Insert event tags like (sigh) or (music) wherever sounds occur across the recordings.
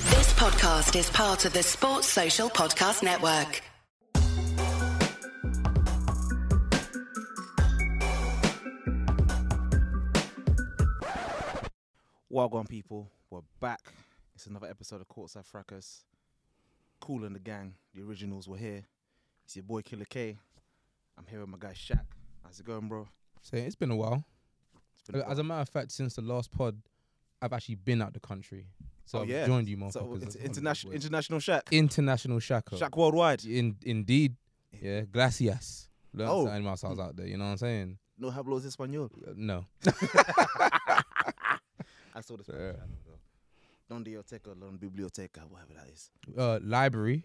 podcast is part of the Sports Social Podcast Network. Well gone, people. We're back. It's another episode of Courtside Fracas. Cool and the gang, the originals, were here. It's your boy Killer K. I'm here with my guy Shaq. How's it going, bro? So it's been a while. It's been a Uh, As a matter of fact, since the last pod, I've actually been out the country. So while. I've joined you, Oh, So, motherfuckers. it's That's international, what it was. international Shaq. international Shaka. Shaq worldwide. In, indeed. Yeah, gracias. Learned Oh. something else I was out there, you know what I'm saying? No hablos español. Uh, No. I saw this. Yeah. Donde yo teca, don biblioteca, whatever that is. Uh, library.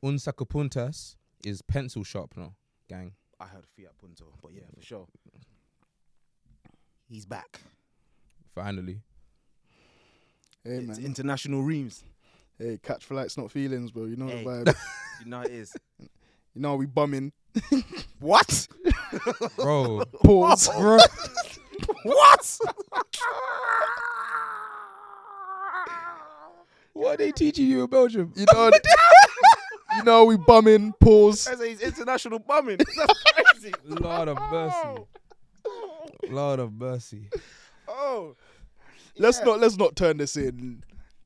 Un sacapuntas is pencil sharpener, gang. I heard Fiat Punto, but yeah, for sure. He's back. Finally. Hey it's man, international reams. hey, catch flights, not feelings, bro. You know Hey. the vibe. You know it is. you know how we bumming. what? (laughs) Bro. Pause. bro. What? What are they teaching you in Belgium? (laughs) you know, you know how we bumming. Pause. That's his international (laughs) bumming. That's crazy. Lord of mercy. Lord of mercy. Oh. Let's not let's not turn this in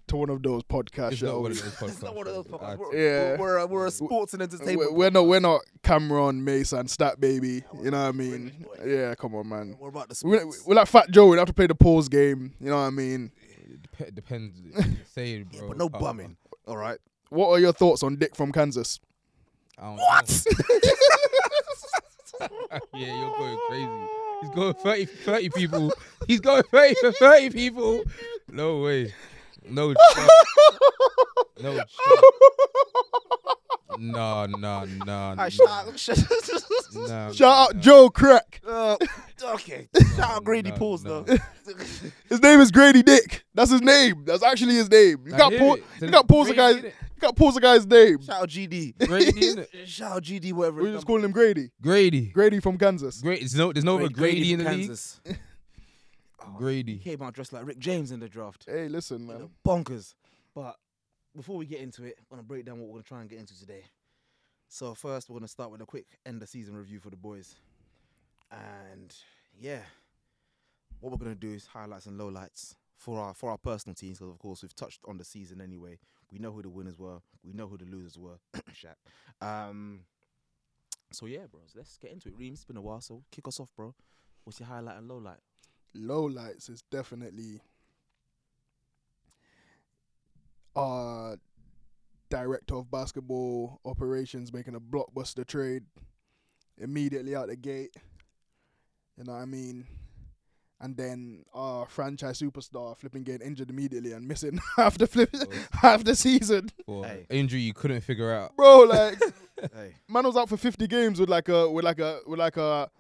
to one of those podcasts. It's shall not one we? of those podcasts. It's not one of those podcasts. We're, Yeah. we're, we're, a, we're a sports and We're, entertainment. we're not we're not Cameron Mason stat baby. You know what I mean? British boy. Yeah, come on, man. We're about the We're, sports. we're like Fat Joe. We have to play the pause game. You know what I mean? (laughs) Dep- depends. Say it, bro. yeah, but no Uh, (laughs) bumming. All right. What are your thoughts on Dick from Kansas? I don't what? (laughs) yeah, you're going crazy. He's going 30, 30 people. He's going 30 for 30 people. No way. No chance. (laughs) No chance. Nah, nah, nah. nah, All right, shut up. (laughs) nah. Shout out Joe Crack. Uh, okay. Shout out Grady no, Pauls, no. though. His name is Grady Dick. That's his name. That's actually his name. You I got hear pause. it. You got pause the Grady guy's. Dick. You got pause the guy's name. Shout out GD. Grady, innit? Shout out GD, whatever. We're his just number- calling him Grady. Grady. Grady from Kansas. Great. There's no, there's no other Grady in the league. Kansas. He Grady. came out dressed like Rick James in the draft. Hey, listen, man. bonkers. But before we get into it, I'm gonna break down what we're gonna try and get into today. So first, we're gonna start with a quick end of season review for the boys, and yeah, what we're gonna do is highlights and lowlights for our for our personal teams. Because of course, we've touched on the season anyway. We know who the winners were. We know who the losers were. (coughs) Shaq. Um. So yeah, bros, let's get into it. Reem, it's been a while, so kick us off, bro. What's your highlight and lowlight? Low lights is definitely our uh, director of basketball operations making a blockbuster trade immediately out the gate. You know what I mean? And then our franchise superstar flipping getting injured immediately and missing (laughs) half the flip, (laughs) half the season. For Hey. injury you couldn't figure out. Bro, like (laughs) hey, man was out for 50 games with like a with like a with like a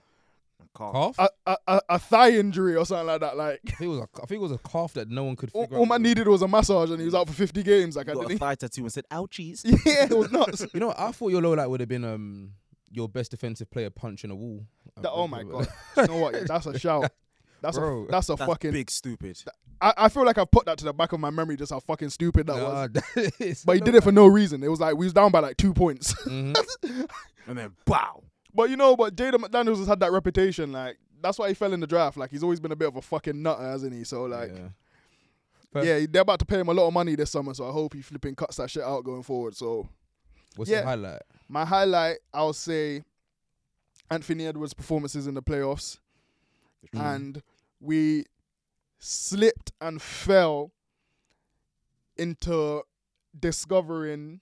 Carl. Cough? a, a, a, a thigh injury or something like that. Like I think it was a, I think it was a calf that no one could all, figure all out. man needed was a massage, and he was out for 50 games. Like I You got a didn't. thigh tattoo and said, "Ouchies." (laughs) Yeah, it was (laughs) nuts. You know, what, I thought your low light would have been um your best defensive player punching a wall. That- oh (laughs) my god! you know what? That's a shout. That's Bro, a that's a That's fucking. big stupid. I, I feel like I put that to the back of my memory just how fucking stupid that was. (laughs) But but he did it for no reason. It was like we was down by like two points. (laughs) Mm-hmm. and then bow. but you know, but Jada McDaniels has had that reputation. Like that's why he fell in the draft. Like he's always been a bit of a fucking nutter, hasn't he? So like. yeah. Fair. Yeah, they're about to pay him a lot of money this summer, so I hope he flipping cuts that shit out going forward. So What's yeah. the highlight? my highlight, I'll say Anthony Edwards' performances in the playoffs, and we slipped and fell into discovering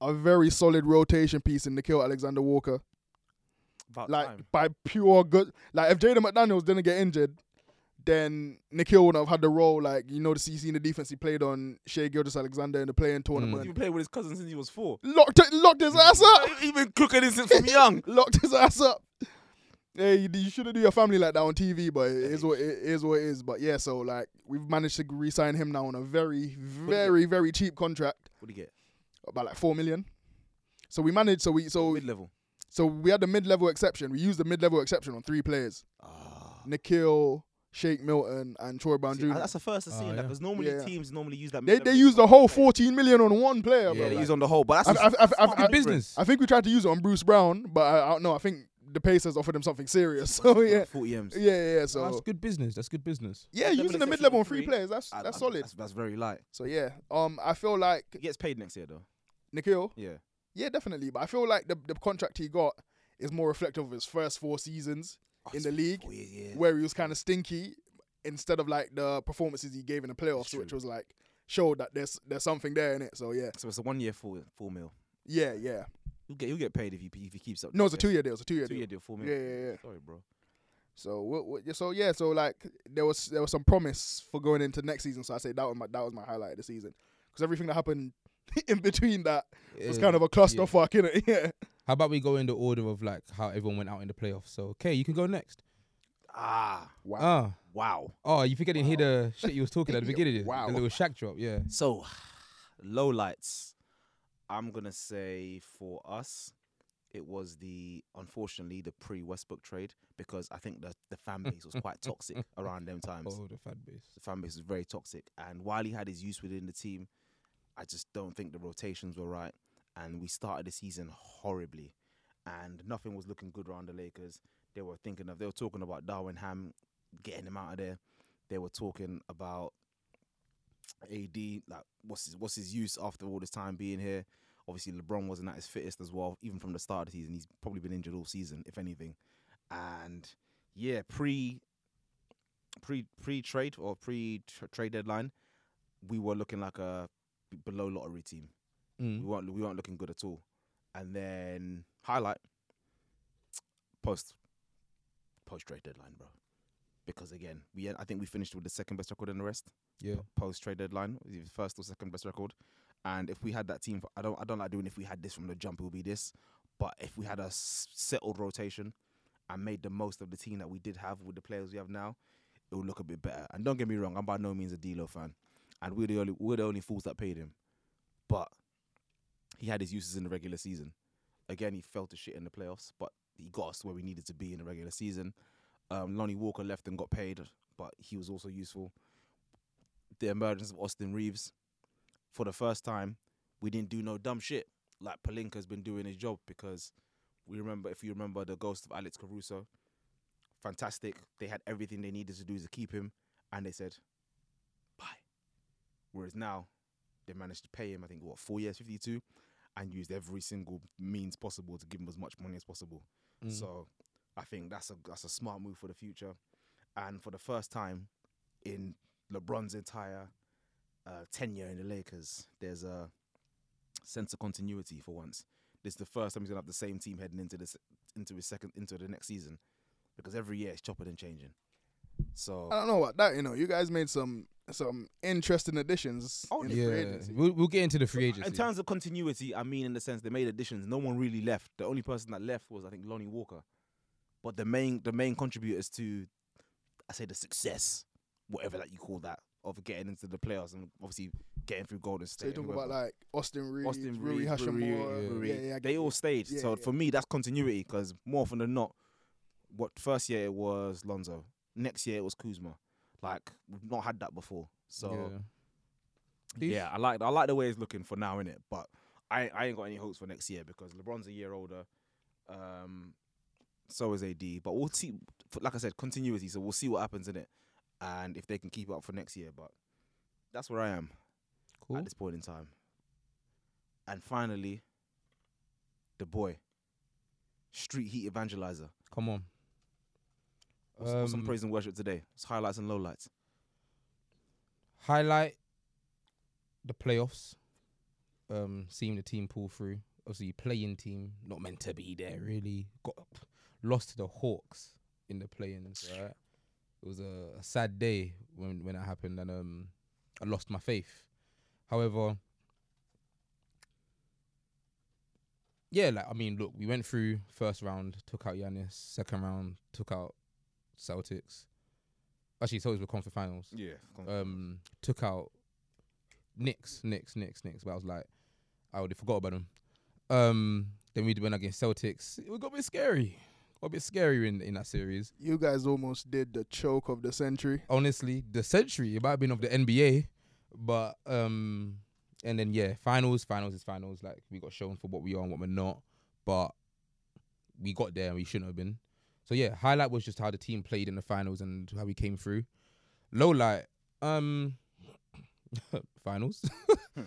a very solid rotation piece in Nikhil Alexander Walker. About Like time. by pure good, like if Jaden McDaniels didn't get injured. Then Nikhil would have had the role, like you know, the CC in the defense he played on Shea Gildas Alexander in the playing He tournament. been playing with his cousin since he was four. Locked, locked his ass up. He's been cooking it (laughs) since from young. locked his ass up. Yeah, you, you shouldn't do your family like that on TV, but it is what it is what it is. But yeah, so like we've managed to re-sign him now on a very, very, very cheap contract, What do you get? about like four million. So we managed. So we so Mid level. so we had the mid-level exception. We used the mid-level exception on three players: Ah, Nikhil, Shake Milton, and Troy Brown See, Jr. that's the first to see Ah, that yeah. because normally Yeah, yeah. teams normally use that. they midfield they use the on whole one player. 14 million on one player, Yeah, bro. they Like, use on the whole, but that's I've, I've, I've, I've, It's business. I think we tried to use it on Bruce Brown, but I, I don't know. I think the Pacers offered him something serious. (laughs) (laughs) So yeah, forty m's. yeah, yeah. yeah, That's So good business. That's good business. yeah, Definitely using the said mid level on three 43. players, that's I- that's I- solid. That's, that's very light. So yeah, um, I feel like He gets paid next year though. Nikhil, Yeah. yeah, definitely. But I feel like the the contract he got is more reflective of his first four seasons in the league, Four years, yeah. where he was kind of stinky, instead of like the performances he gave in the playoffs, true. which was like showed that there's there's something there in it. So yeah, So it's a one year four four mil. yeah, yeah. You get you get paid if you if you keeps up. No, it's a this two year deal. It's a two year year. two deal. year deal four mil. Yeah, yeah, yeah. Sorry, bro. So what, what, yeah, so yeah, so like there was there was some promise for going into next season. So I say that was my that was my highlight of the season because everything that happened (laughs) in between that was Yeah. kind of a clusterfuck, innit? (laughs) Yeah. How about we go in the order of like how everyone went out in the playoffs? So okay, you can go next. Ah, Wow. Ah, wow. oh, you think I didn't hear the (laughs) shit you was talking (laughs) at the beginning? of this? Wow. the little shack drop. Yeah, (laughs) So, (sighs) low lights. I'm gonna say for us, it was the unfortunately the pre Westbrook trade because I think the the fan base was quite toxic around them times. oh the fan base. The fan base was very toxic, and while he had his use within the team, I just don't think the rotations were right, and we started the season horribly, and nothing was looking good around the Lakers. They were thinking of they were talking about Darwin Ham getting him out of there. They were talking about AD like what's his, what's his use after all this time being here. Obviously, LeBron wasn't at his fittest as well, even from the start of the season. He's probably been injured all season, if anything. And yeah, pre pre pre trade or pre trade deadline, we were looking like a b- below lottery team. We Mm. weren't we weren't looking good at all. And then highlight post post trade deadline, bro. Because again, we I think we finished with the second best record in the rest Yeah, post trade deadline, either first or second best record. And if we had that team, I don't, I don't like doing. If we had this from the jump, it would be this. But if we had a s- settled rotation and made the most of the team that we did have with the players we have now, it would look a bit better. And don't get me wrong, I'm by no means a D'Lo fan, and we're the only we're the only fools that paid him. But he had his uses in the regular season. Again, he fell to shit in the playoffs, but he got us to where we needed to be in the regular season. Um, Lonnie Walker left and got paid, but he was also useful the emergence of Austin Reeves for the first time, we didn't do no dumb shit like Palinka's been doing his job because we remember if you remember the ghost of Alex Caruso, fantastic. They had everything they needed to do to keep him, and they said bye. Whereas now, they managed to pay him. I think what four years, fifty-two, and used every single means possible to give him as much money as possible. Mm. So I think that's a that's a smart move for the future. And for the first time in LeBron's entire uh, tenure in the Lakers, there's a sense of continuity for once. This is the first time he's gonna have the same team heading into this into his second into the next season. Because every year it's chopping and changing. So I don't know what that you know. You guys made some some interesting additions. Oh, in the free yeah. agency. We'll, we'll get into the free agency. uh, in terms of continuity, I mean in the sense they made additions. No one really left. The only person that left was I think Lonnie Walker. But the main the main contributors to I say the success, whatever that you call that, of getting into the playoffs and obviously getting through Golden State. So and you talk about whoever. like Austin Reed, Austin Rui Reed, Hashimura. Rui, Yeah, yeah, I they get all you. stayed. Yeah, so yeah. for me, that's continuity because more often than not, what first year it was Lonzo, next year it was Kuzma. Like we've not had that before. So Yeah. Beef? yeah, I like I like the way it's looking for now, innit? But I I ain't got any hopes for next year because LeBron's a year older. Um, so is AD. But we'll see. Like I said, continuity. So we'll see what happens in it, and if they can keep it up for next year. But that's where I am cool. at this point in time. And finally, the boy, street heat evangelizer. Come on. What's, what's some Um, praise and worship today? It's highlights and lowlights. highlight the playoffs. Um, seeing the team pull through. Obviously, playing team not meant to be there. Really got lost to the Hawks in the play-ins. Right? It was a, a sad day when when that happened, and um, I lost my faith. However, yeah, like I mean, look, we went through first round, took out Giannis. Second round, took out Celtics. Actually, Celtics were conference finals Yeah. um took out Knicks, Knicks, Knicks, Knicks. But I was like, I already forgot about them. Um, then we went against Celtics. It got a bit scary. Got a bit scary in in that series. You guys almost did the choke of the century. Honestly, the century it might have been of the NBA, but um, and then yeah, finals, finals is finals. Like we got shown for what we are and what we're not, but we got there and we shouldn't have been. So yeah, highlight was just how the team played in the finals and how we came through. Low light, um, (laughs) finals, (laughs)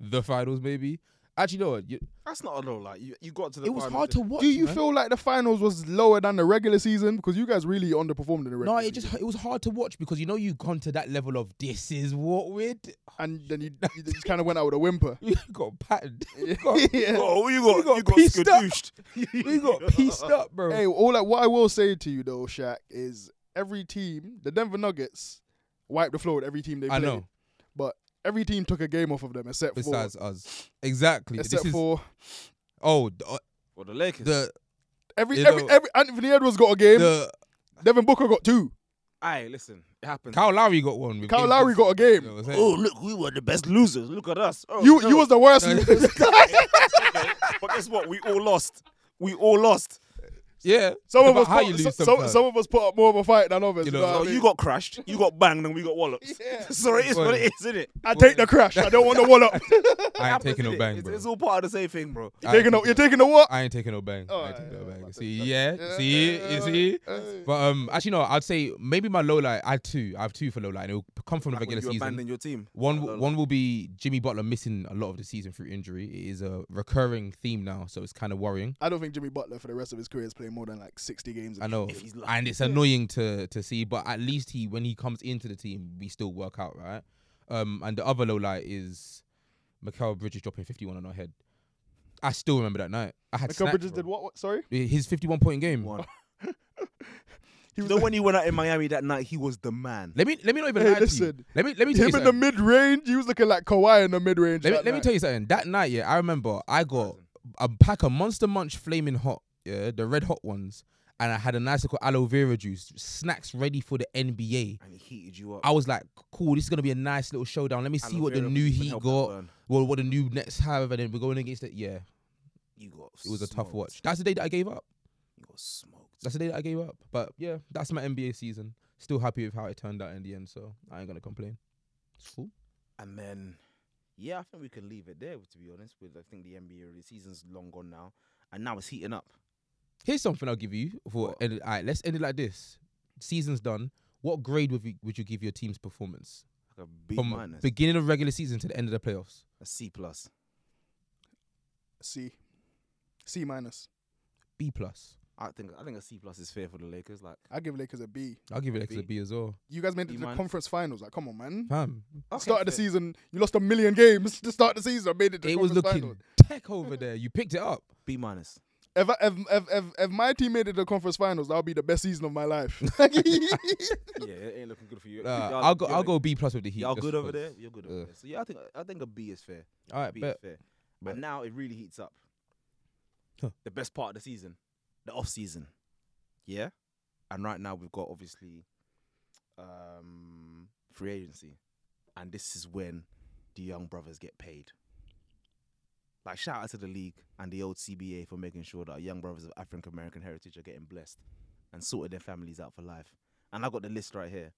the finals maybe. Actually, no, you, That's not a low. Like you, you got to the. it was final hard just- (laughs) to watch. Do you man. feel like the finals was lower than the regular season? Because you guys really underperformed in the No, regular it just season. it was hard to watch because you know you've gone to that level of this is what we're d-" And (laughs) then you, you just kind of went out with a whimper. you got patted. (laughs) You got, (laughs) Yeah. Oh, you got, We you got got, pieced up. skadooshed. (laughs) you got (laughs) pieced up, (laughs) bro. Hey, all that, what I will say to you though, Shaq, is every team, the Denver Nuggets, wiped the floor with every team they I played. know. But every team took a game off of them except Besides for us, exactly. except this is for oh the uh, Well, the Lakers. the every you every, know- every Anthony Edwards got a game. the Devin Booker got two. Aye, listen, it happened. Kyle Lowry got one. with Kyle game Lowry six. got a game. You know what I'm Oh, saying? look, we were the best losers. Look at us. Oh, You no. you (laughs) was the worst. (laughs) but guess what? We all lost. We all (laughs) lost. yeah. (laughs) some it's of about us how put, you so- lose so- sometimes. some of us put up more of a fight than others. You You know, know, so what I So mean? you got crashed. You got banged, and we got wallops. (laughs) Yeah. so it is what it is, isn't it? I (laughs) take the crash. I don't want the wallop. I ain't taking no bang, it's, bro. it's all part of the same thing, bro. I ain't (laughs) taking no, taking you're no- taking the what? I ain't taking no bang. I ain't Oh, taking yeah, no yeah, bang. See, yeah, see, yeah, you see. yeah. But um, actually no, I'd say maybe my low light. I had two. I have two for low light. And it'll come from the Like when regular you season. abandon your team. One I don't w- one will be Jimmy Butler missing a lot of the season through injury. It is a recurring theme now, so it's kind of worrying. I don't think Jimmy Butler for the rest of his career is playing more than like 60 games. I know, If he's lucky. and it's annoying to to see, but at least he when he comes into the team, we still work out right. Um, and the other low light is Mikael Bridges dropping fifty one on our head. I still remember that night. I had Michael snacks, Bridges bro. did what, what? Sorry, his fifty one point game. (laughs) One. he You know when he went out in Miami that night, he was the man. Let me let me not even Hey, lie to you. listen. Let me let me tell him you in the something. mid range, he was looking like Kawhi in the mid range. Let me, let me tell you something. That night, yeah, I remember I got a pack of Monster Munch Flaming Hot, yeah, the red hot ones, and I had a nice little aloe vera juice, snacks ready for the NBA. And he heated you up. I was like, cool, this is gonna be a nice little showdown. Let me see Aloe what the vera new would Heat help that got, burn. well, what the new Nets have, and then we're going against it. Yeah, You got. it was a tough smoked. watch. That's the day that I gave up. You got smoked. That's the day that I gave up. But yeah, that's my NBA season. Still happy with how it turned out in the end, so I ain't gonna complain. It's cool. And then, yeah, I think we can leave it there. To be honest, with I think the NBA the season's long gone now, and now it's heating up. Here's something I'll give you for What? end it. All right, let's end it like this. Season's done. What grade would you, would you give your team's performance Like a B from minus, beginning of regular season to the end of the playoffs? a C plus. C, C minus. B plus. I think I think a C plus is fair for the Lakers. Like I give Lakers a B. I'll give it extra B. B as well. You guys made it B to the minus. conference finals. Like, come on, man. Fam, Started the season, you lost a million games (laughs) to start the season. Made it. To the it was conference looking Finals. tech over there. You picked it up. (laughs) B minus. If, I, if, if if if my team made it to the conference finals, that'll be the best season of (laughs) my life. (laughs) yeah, it ain't looking good for you. Uh, I'll go. I'll go B plus with the Heat. Y'all just good over there? because- You're good Yeah. over there. So yeah, I think I think a B is fair. All right, B bet. is fair. bet. And now it really heats up. Huh. The best part of the season, the off season. Yeah, and right now we've got obviously um, free agency, and this is when the young brothers get paid. Like shout out to the league and the old CBA for making sure that our young brothers of African American heritage are getting blessed and sorted their families out for life. And I got the list right here.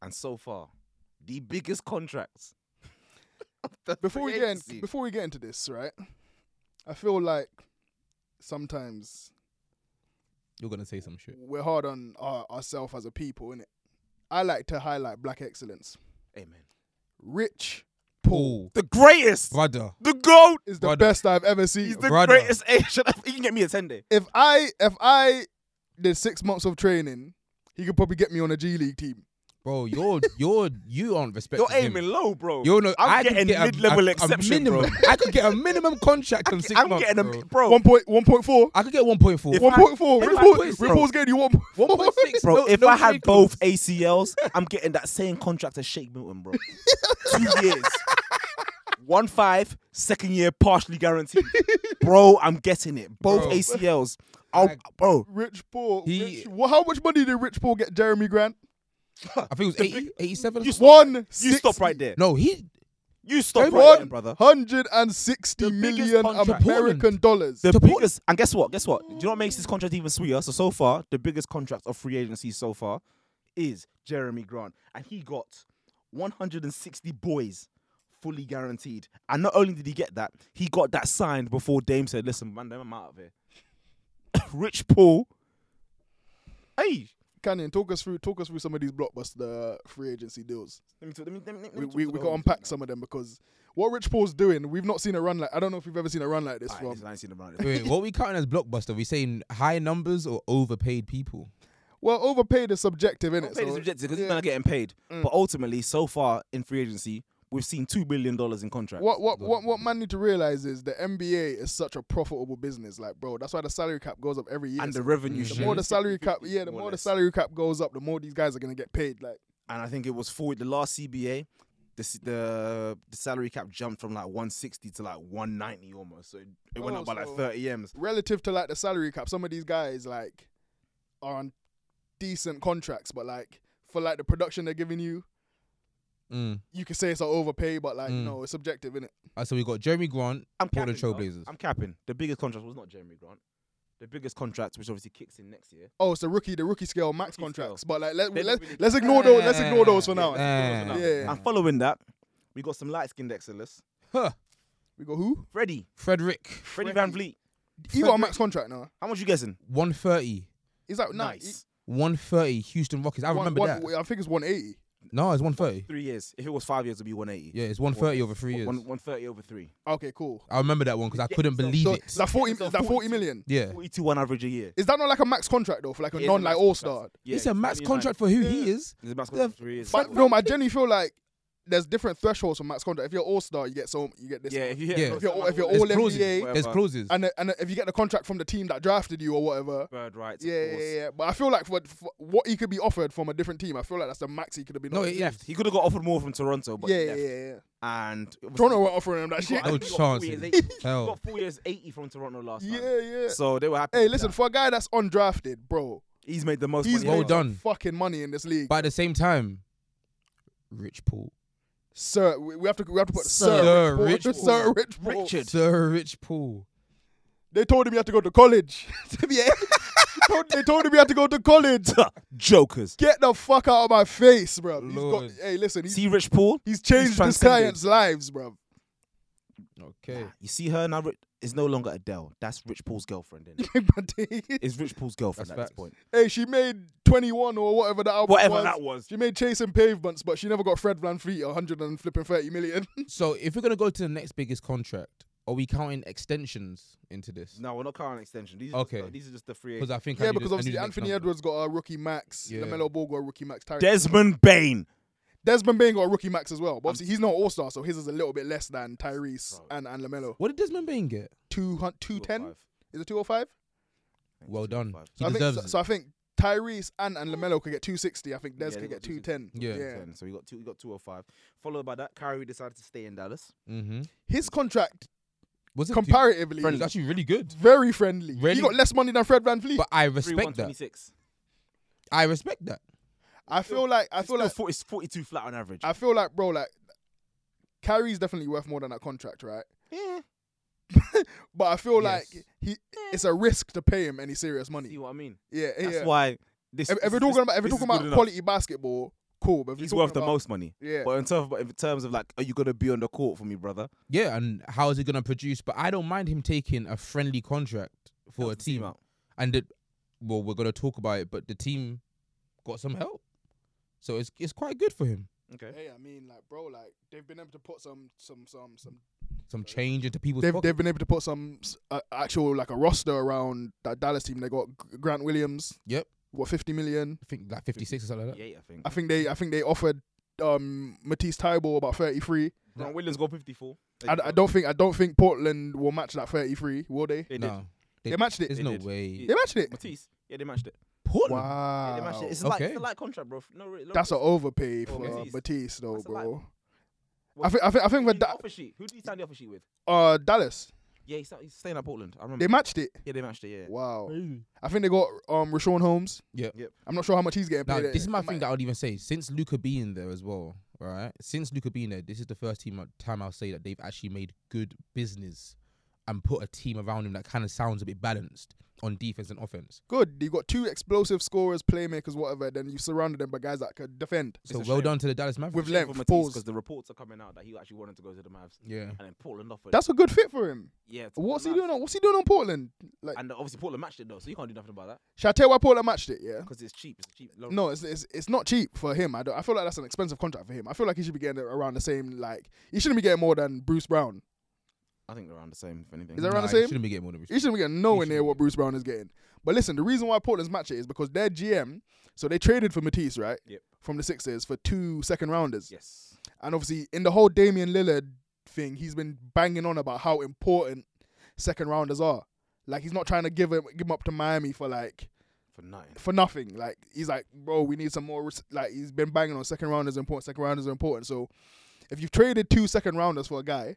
And so far, the biggest contracts. (laughs) of the before we free get in, agency. before we get into this, right? I feel like sometimes You're gonna say some shit. we're hard on our, ourselves as a people, innit? I like to highlight black excellence. Amen. Rich Paul Paul. The greatest. brother. The GOAT. is the Brother. best I've ever seen. He's the Brother. greatest Asian. (laughs) You can get me a 10 day. if I if I did six months of training, he could probably get me on a G League team. Bro, (laughs) you're you're you aren't respecting. You're aiming low, bro. You're no. I'm I could getting get a- mid-level a, a exception, bro. minimum, (laughs) I could get a minimum contract on six I'm months. getting a bro. bro. One point one point four. I could get one point four. If One I- point four. if I- Report, bro. report's getting you one point four. One point six, bro, no- if no I had trade clause. both ACLs, I'm getting that same contract as Shake Milton, (laughs) bro. Two years. One five, second year partially guaranteed. Bro, I'm getting it. Both Bro. ACLs. I'll, I- bro, Rich Paul. He- Rich, well, how much money did Rich Paul get? Jeremy Grant. I think it was 80, 87. You One. you stop right there. No, he You They stop right there, won brother. 160 The biggest million contract- American dollars. The To Portland. biggest, and guess what? Guess what? Do you know what makes this contract even sweeter? So so far, the biggest contract of free agency so far is Jeremy Grant, and he got 160 boys fully guaranteed. And not only did he get that, he got that signed before Dame said, "Listen, man, them I'm out of here." (coughs) Rich Paul. Hey, Canyon, talk us through talk us through some of these blockbuster free agency deals. let me talk, let me, let me, let me we talk we, to we the got homies unpack now. some of them because what Rich Paul's doing, we've not seen a run like. I don't know if we've ever seen a run like this Alright, from. listen, I ain't seen (laughs) them around. Wait, what we counting as blockbuster? We saying high numbers or overpaid people? Well, overpaid is subjective, isn't it? Overpaid is subjective because he's not getting paid. Mm. But ultimately, so far in free agency, we've seen two billion dollars in contracts. what what what what man need to realize is the NBA is such a profitable business. Like, bro, that's why the salary cap goes up every year. and So the revenue. the share more the is salary cap, 50-50, yeah, the Mm-hmm. more or more the less. salary cap goes up, the more these guys are gonna get paid. Like, And I think it was forty. The last CBA, the s- the the salary cap jumped from like one sixty to like one ninety almost. So it, it went Oh, up by like so- thirty m's. relative to like the salary cap, some of these guys like are on decent contracts, but like for like the production they're giving you, Mm. you can say it's an overpay, but like Mm. no, it's subjective, isn't it? Uh, so we got Jeremy Grant, I'm Portland capping, though. Trailblazers. I'm capping. The biggest contract was not Jeremy Grant. The biggest contract, which obviously kicks in next year. Oh, it's the rookie, the rookie scale max Rookie scale. contracts. But like let They let don't really- let's ignore those let's ignore those for Yeah, now. yeah, Yeah. yeah. And following that, we got some light skinned excellence. Huh. We got who? Freddie, Frederick, Freddie Van Vliet. He got a max contract now. How much you guessing? 130. He's like Uh, nah, he- Nice. 130 Houston Rockets. I one- remember one- that. I think it's one eighty. No, it's 130. Three years. If it was five years, it'd be one eighty. Yeah, it's 130 over three years. One, 130 over three. Okay, cool. I remember that one because I Yeah, couldn't so- believe So it. is that forty? Is that forty million? yeah. 42 on average a year. Is that not like a max contract though for like a It is non max like all star? contract. Yeah, it's a max 29. contract for who he is. It's a max The contract for three years. But no, I genuinely feel like there's different thresholds for max contract. If you're all star, you get so you get this. yeah, if you hit Yeah. a- If you're all- if you're There's all clauses. NBA, There's Whatever. clauses. and and if you get the contract from the team that drafted you or whatever. bird rights, Yeah, yeah, yeah. But I feel like for, for what he could be offered from a different team, I feel like that's the max he could have been. No, offered. it left. He could have got offered more from Toronto, but yeah, he yeah, left. yeah, yeah. and it was- Toronto were offering him that he shit. got- I No think he got four chance years in 80 he hell. got four years eighty from Toronto last time. Yeah, yeah. So they were happy. hey, with listen, that. for a guy that's undrafted, bro, he's made the most. he's Money well made ever. (laughs) done. fucking money in this league. But at the same time, Rich Paul. Sir, we, we have to we have to put Sir Sir, Rich, Rich Paul. Paul. Sir Rich Paul. Richard. Sir Rich Paul. They told him he had to go to college. (laughs) yeah. they told him he had to go to college. Jokers. Get the fuck out of my face, bro. He's got, Lord. hey, listen, he's, See Rich Paul. he's he's changed this transcended. client's lives, (laughs) bro. Okay. You see her now. Ri- It's no longer Adele. That's Rich Paul's girlfriend. Isn't it? It's Rich Paul's girlfriend That's at facts. this point. hey, she made 21 or whatever that album Whatever was. that was. She made Chasing Pavements, but she never got Fred Van Fleet 100 and flipping 30 million. (laughs) So if we're gonna go to the next biggest contract, are we counting extensions into this? No, we're not counting an extension. These are Okay. Just, the- these are just the free. Because agents. I think I yeah, knew because the- I knew obviously the next Anthony number. Edwards got a rookie max. Yeah. LaMelo Ball got a rookie max. Tyrese Desmond Bain. Desmond Bain got a rookie max as well. But obviously, he's not all star, so his is a little bit less than Tyrese and, and LaMelo. What did Desmond Bain get? Two hun- 210? Is it 205? Well done. He So I, think, deserves so, so I think Tyrese and, and LaMelo could get 260. I think Des Yeah, they could get got 260. 210. Yeah. yeah. So we got two. We got two hundred five. Followed by that, Kyrie decided to stay in Dallas. it. Mm-hmm. His contract, Was it Compar- comparatively, It's actually really good. very friendly. Really? He got less money than Fred Van Vliet. But I Three respect that. 126. I respect that. I feel like, I I feel like, it's 42 flat on average. I feel like, bro, like, Kyrie's definitely worth more than that contract, right? yeah. (laughs) But I Yes. feel like he, it's a risk to pay him any serious money. See what I mean? Yeah, yeah. That's why this. If, if we're this- talking about if we're this is talking good about enough. quality basketball, cool. But if we're he's talking worth the about- most money. Yeah. But in terms, of, in terms of like, are you gonna be on the court for me, brother? Yeah, and how is he gonna produce? But I don't mind him taking a friendly contract for a Helps the team team. out. And it, well, we're gonna talk about it, but the team got some help, so it's it's quite good for him. Okay. Hey, I mean, like, bro, like they've been able to put some, some, some, some. Some change into people's They've, pockets. they've been able to put some s- uh, actual like a roster around that Dallas team. They got G- Grant Williams, Yep, what fifty million. I think like fifty six or something like that. Yeah, I think. I think they, I think they offered um Matisse Tybal about thirty three. Grant Williams got 54. They I, did. I don't think, I don't think Portland will match that thirty three, will they? They did. no, They matched it. There's They no did. way. They matched it. Matisse. Yeah, they matched it. Portland. Yeah, Wow, they matched it. It's a like Okay. it's a light contract, bro. No, re- no that's an risk. overpay for Matisse. Matisse, Matisse though, That's a lot. bro. Well, I think, I think, I who think did with the that, offer sheet. Who did he sign the offer sheet with? uh, Dallas. Yeah, he's, he's staying at Portland. I remember. They matched it. yeah, they matched it. Yeah. Wow. Crazy. I think they got um Rashawn Holmes. Yeah. Yep. I'm not sure how much he's getting Now, paid. this is my It might- thing that I would even say. Since Luca being there as well, all right. Since Luca being there, this is the first team uh, time I'll say that they've actually made good business and put a team around him that kind of sounds a bit balanced on defense and offense. Good. You got two explosive scorers, playmakers, whatever. Then you surrounded them by guys that could defend. So a well shame. done to the Dallas Mavericks. With length, pause. because the reports are coming out that he actually wanted to go to the Mavs, yeah. and then Portland offered. That's a good fit for him. yeah. to What's the he Mavs. doing? On, what's he doing on Portland? Like, And obviously Portland matched it though, so you can't do nothing about that shall I tell you why Portland matched it? Yeah. because it's cheap. It's a cheap. low- No, it's, it's it's not cheap for him. I don't, I feel like that's an expensive contract for him. I feel like he should be getting around the same. Like he shouldn't be getting more than Bruce Brown. I think they're around the same. If anything, Is that around Nah, the he same? Shouldn't be getting more than He shouldn't be getting nowhere He near shouldn't what Bruce Brown is getting. But listen, the reason why Portland's match it is because their GM, so they traded for Matisse, right? Yep. From the Sixers for two second rounders. yes. And obviously, in the whole Damian Lillard thing, he's been banging on about how important second rounders are. Like he's not trying to give him give him up to Miami for like For nothing. for nothing. Like he's like, bro, we need some more. res-" Like he's been banging on second rounders are important. Second rounders are important. So if you've traded two second rounders for a guy,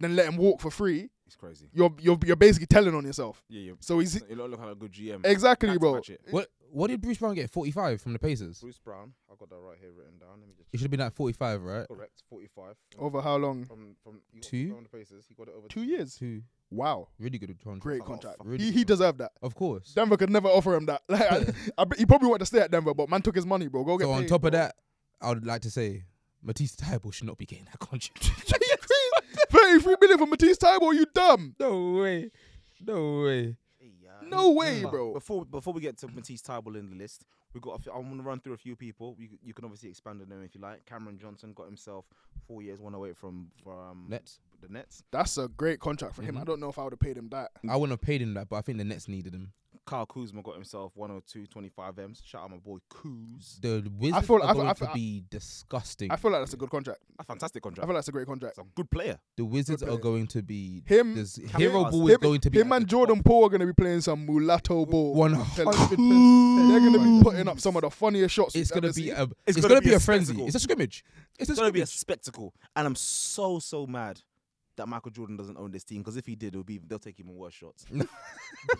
then let him walk for free. It's crazy. You're you're you're basically telling on yourself. Yeah, you're, So he's you look like a good GM. exactly, That's bro. match it. What What did Bruce Brown get? Forty five from the Pacers. Bruce Brown. I got that right here written down. Let me just It should have been like forty five, right? correct. Forty-five. Over how long? From from he got- Two? the Pacers. He got it over Two years. Two Wow, really good contracts. great contract. Really He good he deserved that. Of course. Denver could never offer him that. (laughs) Like, I, I, bet- he probably wanted to stay at Denver, but man took his money, bro. Go get So on paid, top of bro. that, I would like to say Matisse Thybulle should not be getting that contract. (laughs) (laughs) thirty-three million for Matisse Thybulle, you dumb? no way. No way. No way, But- bro. Before before we get to Matisse Tybal in the list, we got. A few, I'm gonna run through a few people. You, c- you can obviously expand on them if you like. Cameron Johnson got himself four years, one away from from Nets. the Nets. That's a great contract for him. Mm-hmm. I don't know if I would have paid him that. I wouldn't have paid him that, but I think the Nets needed him. Kyle Kuzma got himself 102, 25 M's. Shout out my boy Kuz. The Wizards feel- are I feel- going I to feel- I- be disgusting. I feel like that's a good contract. A fantastic I contract. feel like that's a great contract. It's a good player. the Wizards Good are player. going to be Him- this- Cam- Hero Him- Ball is Him, going to be him at and the Jordan Poole are going to be playing some mulatto ball. One I'm telling hundred you. They're going to be putting up some of the funniest shots. top. It's you've gonna ever be seen. a It's it's, gonna gonna, be be a a frenzy. spectacle. It's a scrimmage. It's a It's gonna be a scrimmage. spectacle, and I'm so so mad that Michael Jordan doesn't own this team because if he did, it'll be they'll take even worse (laughs) shots.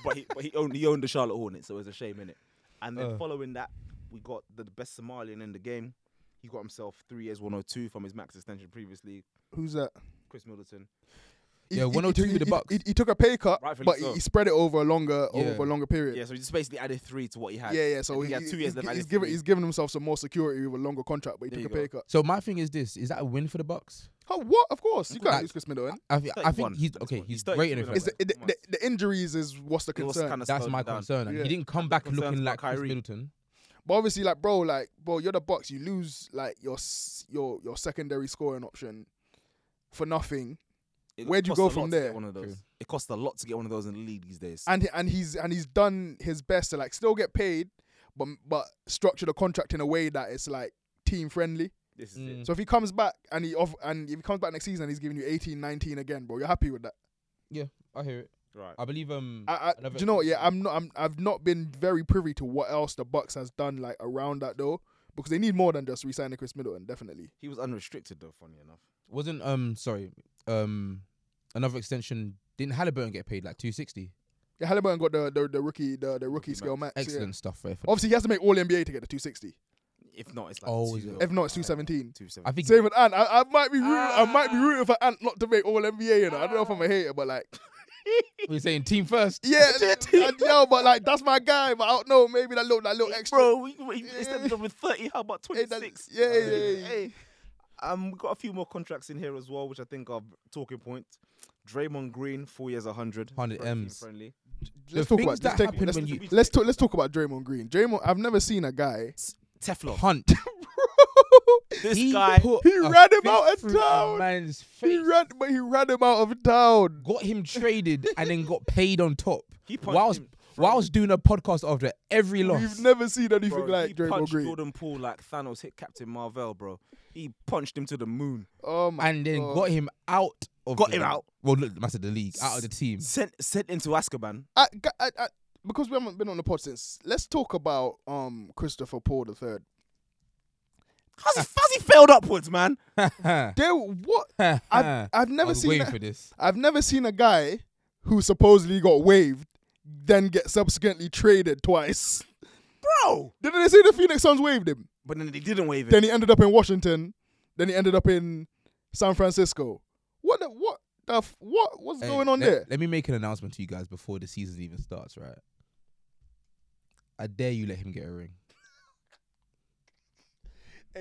but he, but he owned he owned the Charlotte Hornets, so it's a shame in it. And then Uh. following that, we got the, the best Somalian in the game. He got himself three years 102 from his max extension previously. Who's that? Chris Middleton. He- Yeah, he- 102 he- with the he- Bucks. He, he took a pay cut, Rightfully but he- so. he spread it over a longer Yeah. over a longer period. Yeah, so he just basically added three to what he had. Yeah, yeah. So And he had two years he's, left. he's added giving three. he's giving himself some more security with a longer contract, but he There took a you pay go. cut. So my thing is this: is that a win for the Bucks? Oh, what? Of course, you can't Like- lose Chris Middleton. I, thi- I think 31. he's That's okay. one. He's He's great in 32 the in Is defense. the, Come the, on. the, the injuries is what's the It was concern? kinda That's slowed my down. concern. and Yeah. He didn't come I've back got concerns looking about like Chris Kyrie. Middleton. But obviously, like bro, like bro, you're the Bucks. You lose like your s- your your secondary scoring option for nothing, It Where'd you costs go a lot from to get there? One of True. those. It costs a lot to get one of those in the league these days. and he- and he's and he's done his best to like still get paid, but but structure the contract in a way that it's like team friendly. This is Mm. it. So if he comes back and he off and if he comes back next season, he's giving you 18, 19 again, bro. You're happy with that? I hear it. Right. I believe um. I, I, do another- you know what? Yeah, I'm not. I'm, I've not been very privy to what else the Bucks has done like around that though, because they need more than just re-signing Chris Middleton. Definitely. He was unrestricted though, funny enough. wasn't um sorry um another extension didn't Halliburton get paid like two sixty? Yeah, Halliburton got the the, the rookie the, the rookie Rookie scale max. yeah. Oh, Excellent stuff. Right, for Obviously, he has to make All NBA to get the 260. If not, it's like Oh, two is it? mil. If not, it's 217. Two seven. I think Same with Ant. I, I might be rooting, I might Ah. be rooting for Ant not to make All NBA. You know, I don't know if I'm a hater, but like, (laughs) we're saying team first. yeah, yeah, yo, but like that's my guy. But I don't know. Maybe that little that little extra. Bro, we, we instead of with 30, how about Hey, that- 26? yeah, yeah, yeah. Hey. Um, we've got a few more contracts in here as well, which I think are talking points. Draymond Green, four years, 100. 100 Very team Ms. Friendly. Let's the talk about things let's that take- happen let's- when you- let's talk let's talk about Draymond Green. Draymond, I've never seen a guy. Teflon. (laughs) (laughs) Hunt. This he guy. put he a ran him fist out of through a town. Man's He face. ran, but he ran him out of town. Got him traded and then got paid on (laughs) top. He punched Whilst him from- whilst doing a podcast after every We've loss. never seen anything Bro, like he Draymond punched Green. Jordan Poole like Thanos hit Captain Marvel, bro. He punched him to the moon. Oh my! and then God. got him out of Got the- him out. Well, look, matter the league out of the team. Sent sent into Azkaban. I, g- I- I- because we haven't been on the pod since. Let's talk about um Christopher Paul the third. How's he, how's he failed upwards, man? (laughs) There, what? (laughs) I've, I've I never was seen. waiting a- for this. I've never seen a guy who supposedly got waived, then get subsequently traded twice. Bro! Didn't they say the Phoenix Suns waived him? But then they didn't waive it. Then he ended up in Washington. Then he ended up in San Francisco. What the what the f- what what's Hey, going on let, there? Let me make an announcement to you guys before the season even starts, right? I dare you let him get a ring.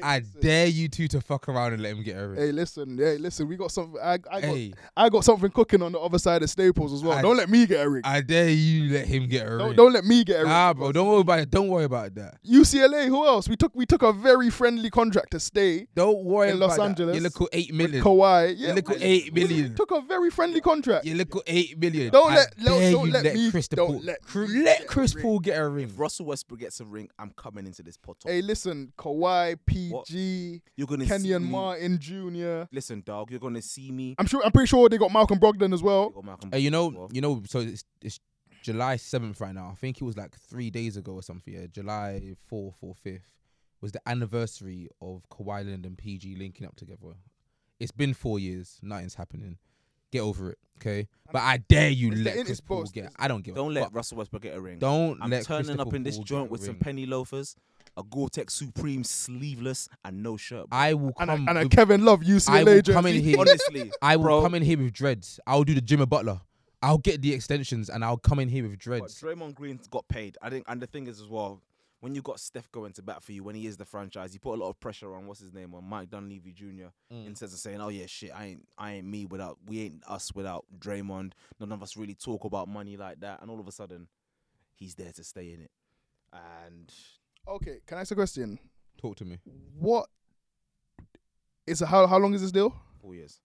I dare you two to fuck around and let him get a ring. Hey, listen, hey, listen. We got something. I, I got, Hey, I got something cooking on the other side of Staples as well. I- don't let me get a ring. I dare you let him get a don't, ring. don't let me get a nah, ring. bro, don't worry about it. Don't worry about that. UCLA. Who else? We took we took a very friendly contract to stay. Don't worry In about Los that. Angeles, Your little eight million. Kawhi. Yeah, Your little we- eight we million. Took a very friendly contract. Your little eight million. Don't I let- don't- dare don't you let me- Chris don't Paul. let Cr- me let get a Chris ring. Paul get a ring. If Russell Westbrook gets a ring, I'm coming into this pot. Hey, listen, Kawhi, What? PG, You're gonna see Kenyon me- Martin Jr. Listen, dog, you're gonna see me. I'm sure. I'm pretty sure they got Malcolm Brogdon as well. Or Malcolm Hey, you know, Well, you know. So it's, it's July seventh right now. I think it was like three days ago or something. Yeah, July fourth or fifth was the anniversary of Kawhi Leonard and PG linking up together. It's been four years. Nothing's happening. Get over it, okay? But I dare you It's the- let it's Chris Paul both- get. it's- I don't give. don't a let fuck. Russell Westbrook get a ring. Don't I'm let. turning Christopher up in this Paul get joint a with some ring. penny loafers, a Gore-Tex Supreme sleeveless, and no shirt. bro. I will And a, come. and a with- (laughs) Kevin Love I UCLA will jersey. come in here. Honestly, I will bro. come in here with dreads. I'll do the Jimmy Butler. I'll get the extensions and I'll come in here with But dreads. Draymond Green got paid. I think, and the thing is as well, when you got Steph going to bat for you, when he is the franchise, you put a lot of pressure on what's his name on Mike Dunleavy Jr. in terms of saying, "Oh yeah, shit, I ain't, I ain't me without, we ain't us without Draymond. None of us really talk about money like that." And all of a sudden, he's there to stay in it. And Okay, can I ask a question? Talk to me. What is a, how how long is this deal? four years,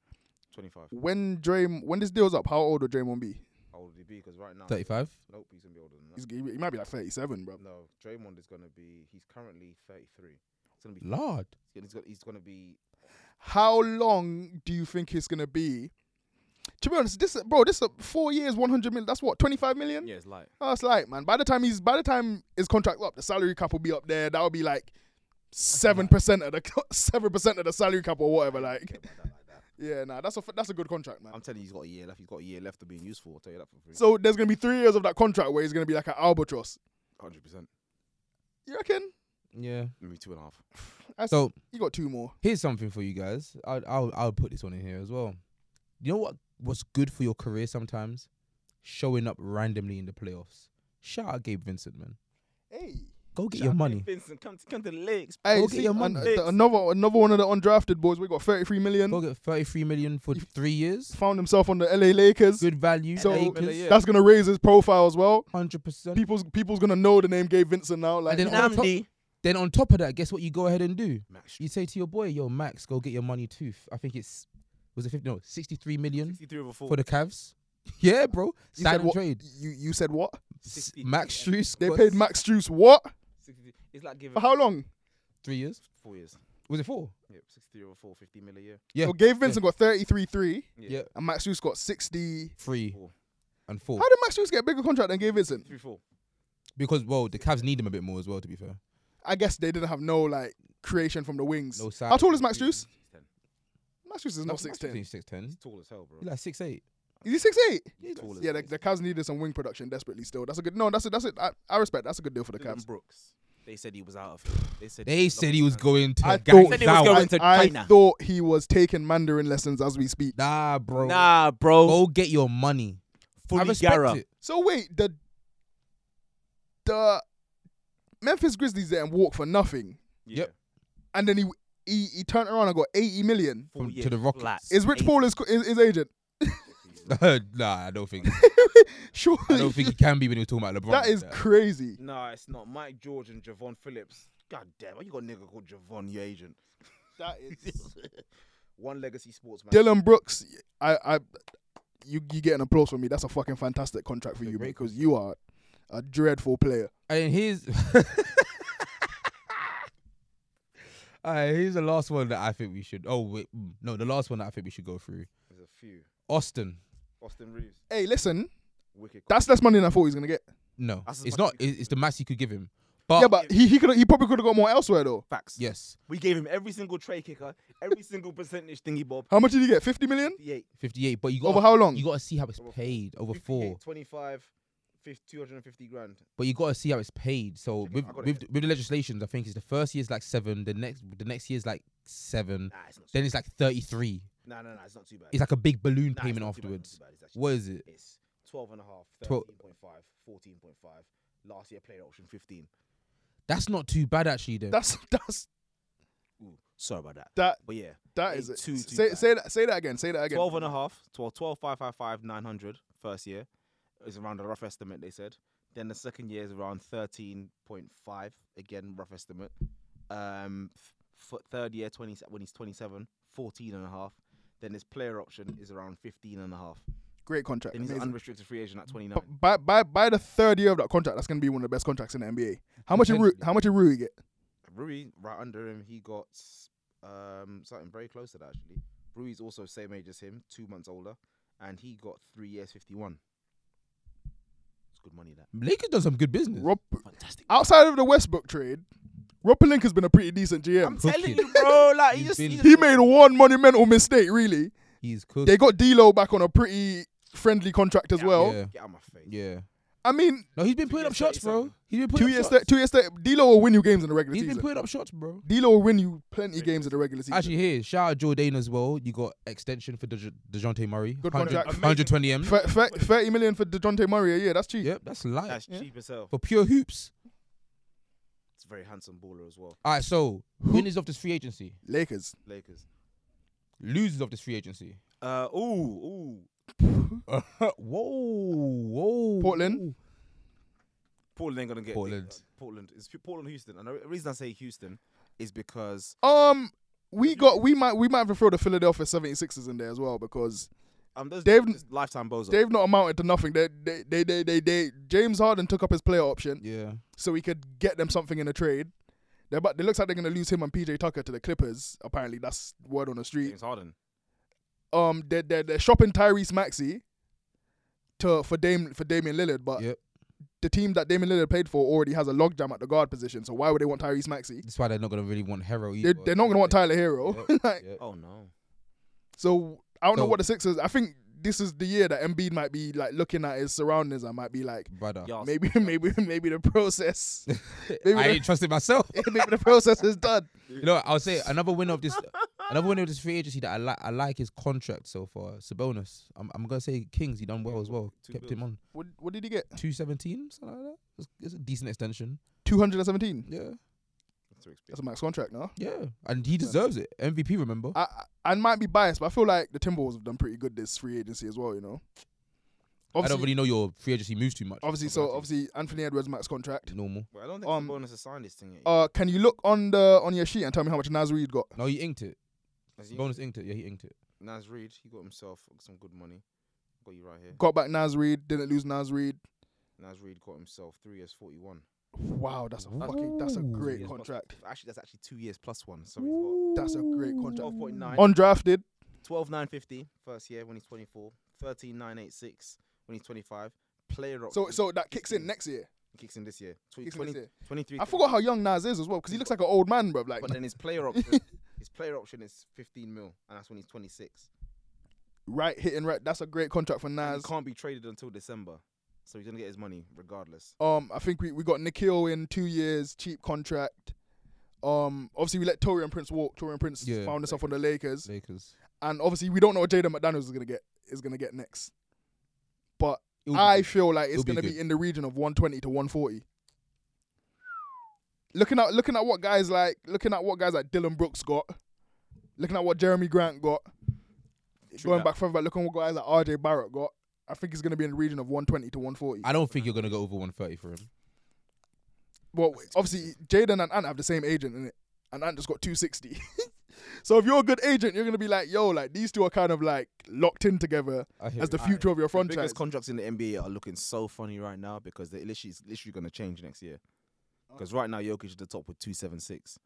twenty-five. When Draymond when this deal's up, how old will Draymond be? How old would he be? Because right now, Thirty-five. Nope, he's gonna be older than that. He's, he might be like thirty-seven, bro. no, Draymond is gonna be. He's currently thirty-three. It's gonna be. Lord. He's gonna, he's gonna be. How long do you think it's gonna be? To be honest, this bro, this uh, four years, one hundred million. That's what twenty-five million. Yeah, it's light. Oh, it's light, man. By the time he's by the time his contract up, the salary cap will be up there. That will be like seven percent of the (laughs) seven percent of the salary cap or whatever. Like, yeah, nah, that's a f- that's a good contract, man. I'm telling you, he's got a year left. He's got a year left of being useful. I'll tell you that for free. So there's gonna be three years of that contract where he's gonna be like an albatross. Hundred percent. You reckon? Yeah. Maybe two and a half. I s- So you got two more. here's something for you guys. I'll I'll, I'll put this one in here as well. You know what? What's good for your career sometimes? Showing up randomly in the playoffs. Shout out Gabe Vincent, man. Hey, Go get your money. Vincent, come to, come to the lakes. hey, Go get your an- money. the- another another one of the undrafted boys. We got 33 Go million. get thirty-three million for three years. Found himself on the LA Lakers. Good value. So- Acres. That's gonna raise his profile as well. Hundred percent. People's people's gonna know the name Gabe Vincent now. Like, didn't- on top- Then on top of that, guess what? You go ahead and do. Max, You say to your boy, "Yo, Max, go get your money too." I think it's was it 50, no sixty-three million 63 over 4. for the Cavs. (laughs) Yeah, bro. you Sign said and what? trade. You you said what? S- 63 Max Struess. They got paid Max Juice what? 63. It's like giving For how long? three years. four years. Was it four? Yeah, 63 over 4, 50 mil a year. Yeah. So Gabe Oh, Vincent got 33 3, Yeah. Yeah. and Max Juice got 60. Three Four. and four. How did Max Juice get a bigger contract than Gabe Vincent? 3 4. Because well, the Cavs need him a bit more as well. To be fair, I guess they didn't have no like creation from the wings. No size how tall is Max creation. Juice? He's 10. Max Juice is not 6'10. Six ten. He's tall as hell, bro. Like six eight. Is he 6'8? He's tall as Yeah, the, hell. the Cavs needed some wing production desperately still. That's a good no, that's it, that's it. I, I respect that's a good deal for the Dylan Cavs. Brooks. They said he was out of here. They said They said he was going to. I Guy's thought- Said he was out. going I, to I China. thought he was taking Mandarin lessons as we speak. Nah, bro. Nah, bro. Go get your money. I Fully respect Gara. it. So wait, the the Memphis Grizzlies let him walk for nothing. Yeah. Yep. And then he he, he turned around and got 80 million. Four From- to years the Rockets. flat. Is Rich Eight- Paul his, his, his agent? (laughs) nah, I don't think. Surely. I don't think he can be when he was talking about LeBron. (laughs) that like is crazy. Nah, it's not. Mike George and Javon Phillips. God damn, why you got a nigga called Javon, your agent? That (laughs) is One legacy sportsman. Dylan Brooks. I, I, you, you get an applause from me. That's a fucking fantastic contract for That's a you great because you are a dreadful player. And here's (laughs) Alright, here's the last one that I think we should. Oh wait, mm, no, the last one that I think we should go through. There's a few. Austin. Austin Reeves. Hey, listen, Wicked. that's less money than I thought he was gonna get. No, That's as it's much not. as you it- It's the max you could give him. But, yeah, but he he could he probably could have got more elsewhere though. Facts. yes, We gave him every single tray kicker, every single percentage thingy bob. How much did he get? Fifty million 58. 58. But you got over how long? you got to see how it's paid over 58, four. 25, 50, 250 grand. But you got to see how it's paid. So Check it with out. I got it with, with the legislations, I think it's the first year's like seven, the next the next year's like seven, Nah, it's not. then it's like thirty three. nah, nah, nah, it's not too bad. It's like a big balloon Nah, it's payment not too bad, afterwards. it's not too bad, it's actually- What is it? It's 12 and a half, Twelve- 13.5, 14.5. Last year player option 15. That's not too bad actually. Then That's (laughs) that's Ooh, sorry about that. that But yeah, that Ain't is it. too- too say bad. say that say that again. Say that again. 12 and a half, 12, 12, 555, 900 first year is around a rough estimate, they said. Then the second year is around 13.5, again, rough estimate. Um, f- f- third year, 20, when he's 27, 14 and a half. Then his player option is around 15 and a half. Great contract. Then he's an Amazing. unrestricted free agent at 29. But by by by the third year of that contract, that's gonna be one of the best contracts in the NBA. How much did Ru- Potentially. how much did Rui get? Rui, right under him, he got um, something very close to that, actually. Rui's also same age as him, two months older, and he got three years, 51. It's good money, that. Lakers done some good business. Rob Fantastic. outside of the Westbrook trade, Rob Palinka's been a pretty decent GM. telling Cooking. you, bro. Like he He's just, been- he just He made one monumental mistake, really. He's cooked. They got D'Lo back on a pretty friendly contract as well. yeah, get out of my face. yeah. I mean, No, he's been putting up years, shots, bro. 37. He's been putting two up years, shots. th- two years, th- D'Lo will win you games in the regular He's been season. putting up shots, bro. D'Lo will win you plenty games in the regular season. Actually, here, shout out Jordan as well. You got extension for Dej- Dejounte Murray. Good 100 contract. 120 m. Thir- thir- thirty million for Dejounte Murray a year. That's cheap. Yep, that's light That's Yeah. cheap as hell. for pure hoops. It's a very handsome baller as well. All right, so winners of this free agency, Lakers. Lakers. losers of this free agency. Uh, ooh, ooh. whoa, whoa. Portland. Portland ain't gonna get Portland. Portland. It's Portland, Houston. And the reason I say Houston is because Um, we got we might we might have to throw the Philadelphia 76ers in there as well because um, there's They've- there's lifetime bozo. they've not amounted to nothing. They they they they, they, they James Harden took up his player option Yeah. so he could get them something in a trade. They're but it looks like they're gonna lose him and PJ Tucker to the Clippers. Apparently, that's word on the street. James Harden. Um, they're they're, they're shopping Tyrese Maxey to for Dame for Damian Lillard, but Yep. the team that Damian Lillard played for already has a logjam at the guard position. So why would they want Tyrese Maxey? That's why they're not gonna really want Hero. They're, Either. they're not gonna want Tyler Hero. Yep, Like, yep. Oh no. (laughs) So I don't know So- what the Sixers. I think this is the year that Embiid might be like looking at his surroundings and might be like, Brother, Y'all- maybe, (laughs) maybe, maybe the (laughs) process, I maybe, ain't trusted (laughs) myself. the, maybe the process is done. You know, I'll say another winner of this, another winner of this free agency that I like. I like his contract so far. Sabonis. I'm, I'm gonna say Kings. He done well as well. Two Kept him bills. on What, what did he get? two seventeen, something like that. It's, it's a decent extension. Two hundred and seventeen. Yeah, That's too That's expensive. a max contract, no? yeah, and he deserves it. MVP. Remember, I I I might be biased, but I feel like the Timberwolves have done pretty good this free agency as well. You know, I don't obviously, really know your free agency moves too much. obviously. I'll be So honest with obviously, Anthony Edwards max you. contract. normal. Well, I don't think Um, um, Sabonis has signed this thing yet. Uh, can you look on the on your sheet and tell me how much Naz Reid got? No, he inked it. Has he- Sabonis inked it. Yeah, he inked it. Naz Reid, he got himself some good money. Got you right here. Got back Naz Reid, didn't lose Naz Reid. Naz Reid got himself three years, forty-one. Wow, that's a fucking that's a Ooh. great Yes, but- contract. Actually, that's actually two years plus one. So he's got That's a great contract. Oh, 12.9. Undrafted. 12950 first year when he's 24 13986 when he's 25 player option So so that kicks in next year. kicks in this year Tw- Kicks in 20 this year. 23 I forgot how young Nas is as well because he looks like an old man, bro. Like but then his (laughs) player option his player option is 15 mil and that's when he's 26 right hitting right. That's a great contract for and Nas. he can't be traded until December so he's gonna get his money regardless Um, I think we, we got Nikhil in two years, cheap contract. Um, obviously we let Torian Prince walk. Torian Prince Yeah. found himself on the Lakers, Lakers. and obviously we don't know what Jaden McDaniels is gonna get is gonna get next. But It would be I good. feel like it's It'll be gonna be, good. in the region of 120 to 140. Looking at looking at what guys like looking at what guys like Dylan Brooks got, looking at what Jeremy Grant got, True going that. back further, but looking at what guys like RJ Barrett got. I think it's gonna be in the region of 120 to 140. I don't think you're gonna go over 130 for him. well, obviously Jaden and Ant have the same agent in it, and Ant just got 260. (laughs) so if you're a good agent, you're gonna be like, yo, like these two are kind of like locked in together I hear as the it. future of your the franchise. biggest contracts in the NBA are looking so funny right now because they're literally, it's literally going to change next year. Oh. Because right now, Jokic is at the top with 276.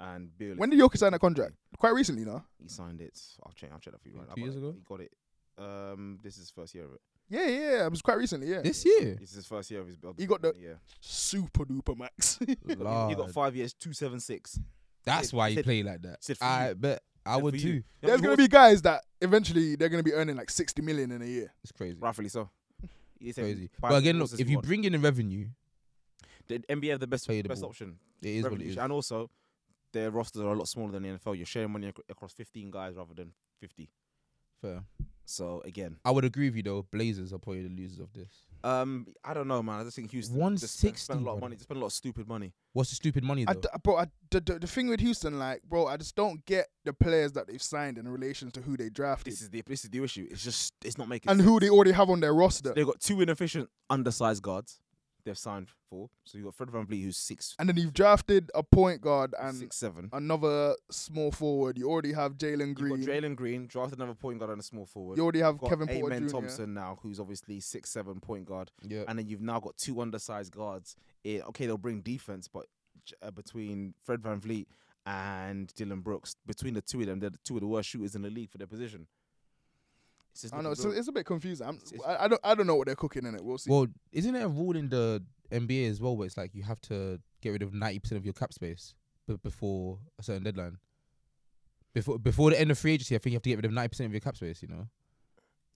And Bill, when did Jokic sign a contract? Quite recently, no. he signed it. I'll check. I'll check that for you. Right Like now. two I've years got it. ago? he got it. Um, this is first year of it. Yeah, yeah, it was quite recently. Yeah, This year. It's his first year of his. of He got the- (laughs) Yeah. super duper max. (laughs) He got Lord. five years, two seven six. That's said- why you said- play like that. said for I you. bet I would too. There's gonna be guys that eventually they're gonna be earning like sixty million in a year. (laughs) It's crazy. rightfully so. He said Crazy. five But again, goals look, this if you squad. bring in the revenue, the NBA have the best play the best ball. option. it is what it Revenue- is. And also, their rosters are a lot smaller than the NFL. You're sharing money ac- across 15 guys rather than 50. Fair. So again, I would agree with you though. Blazers are probably the losers of this. um, I don't know, man. I just think Houston just spent, 160, spent a lot of brother. money. They spent a lot of stupid money. What's the stupid money I though? d- bro, I, the, the, the thing with Houston, like, bro, I just don't get the players that they've signed in relation to who they drafted This is the this is the issue. It's just it's not making. and sense. who they already have on their roster. they've got two inefficient, undersized guards. They've signed for. So you have got Fred VanVleet, who's six, And then you've drafted a point guard and six seven. another small forward. You already have Jalen Green. You've got Jalen Green, drafted another point guard and a small forward. you already have got Kevin Porter Amen Jr. Thompson now, who's obviously six seven point guard, yeah. and then you've now got two undersized guards. In, okay, they'll bring defense, but j- uh, between Fred Van Vliet and Dylan Brooks, between the two of them, they're the two of the worst shooters in the league for their position. It's just I know looking it's, real- it's a bit confusing. I'm, It's- I, I don't I don't know what they're cooking in it. We'll see. Well, isn't there a rule in the NBA as well where it's like you have to get rid of ninety percent of your cap space b- before a certain deadline? Before before the end of free agency, I think you have to get rid of ninety percent of your cap space. You know,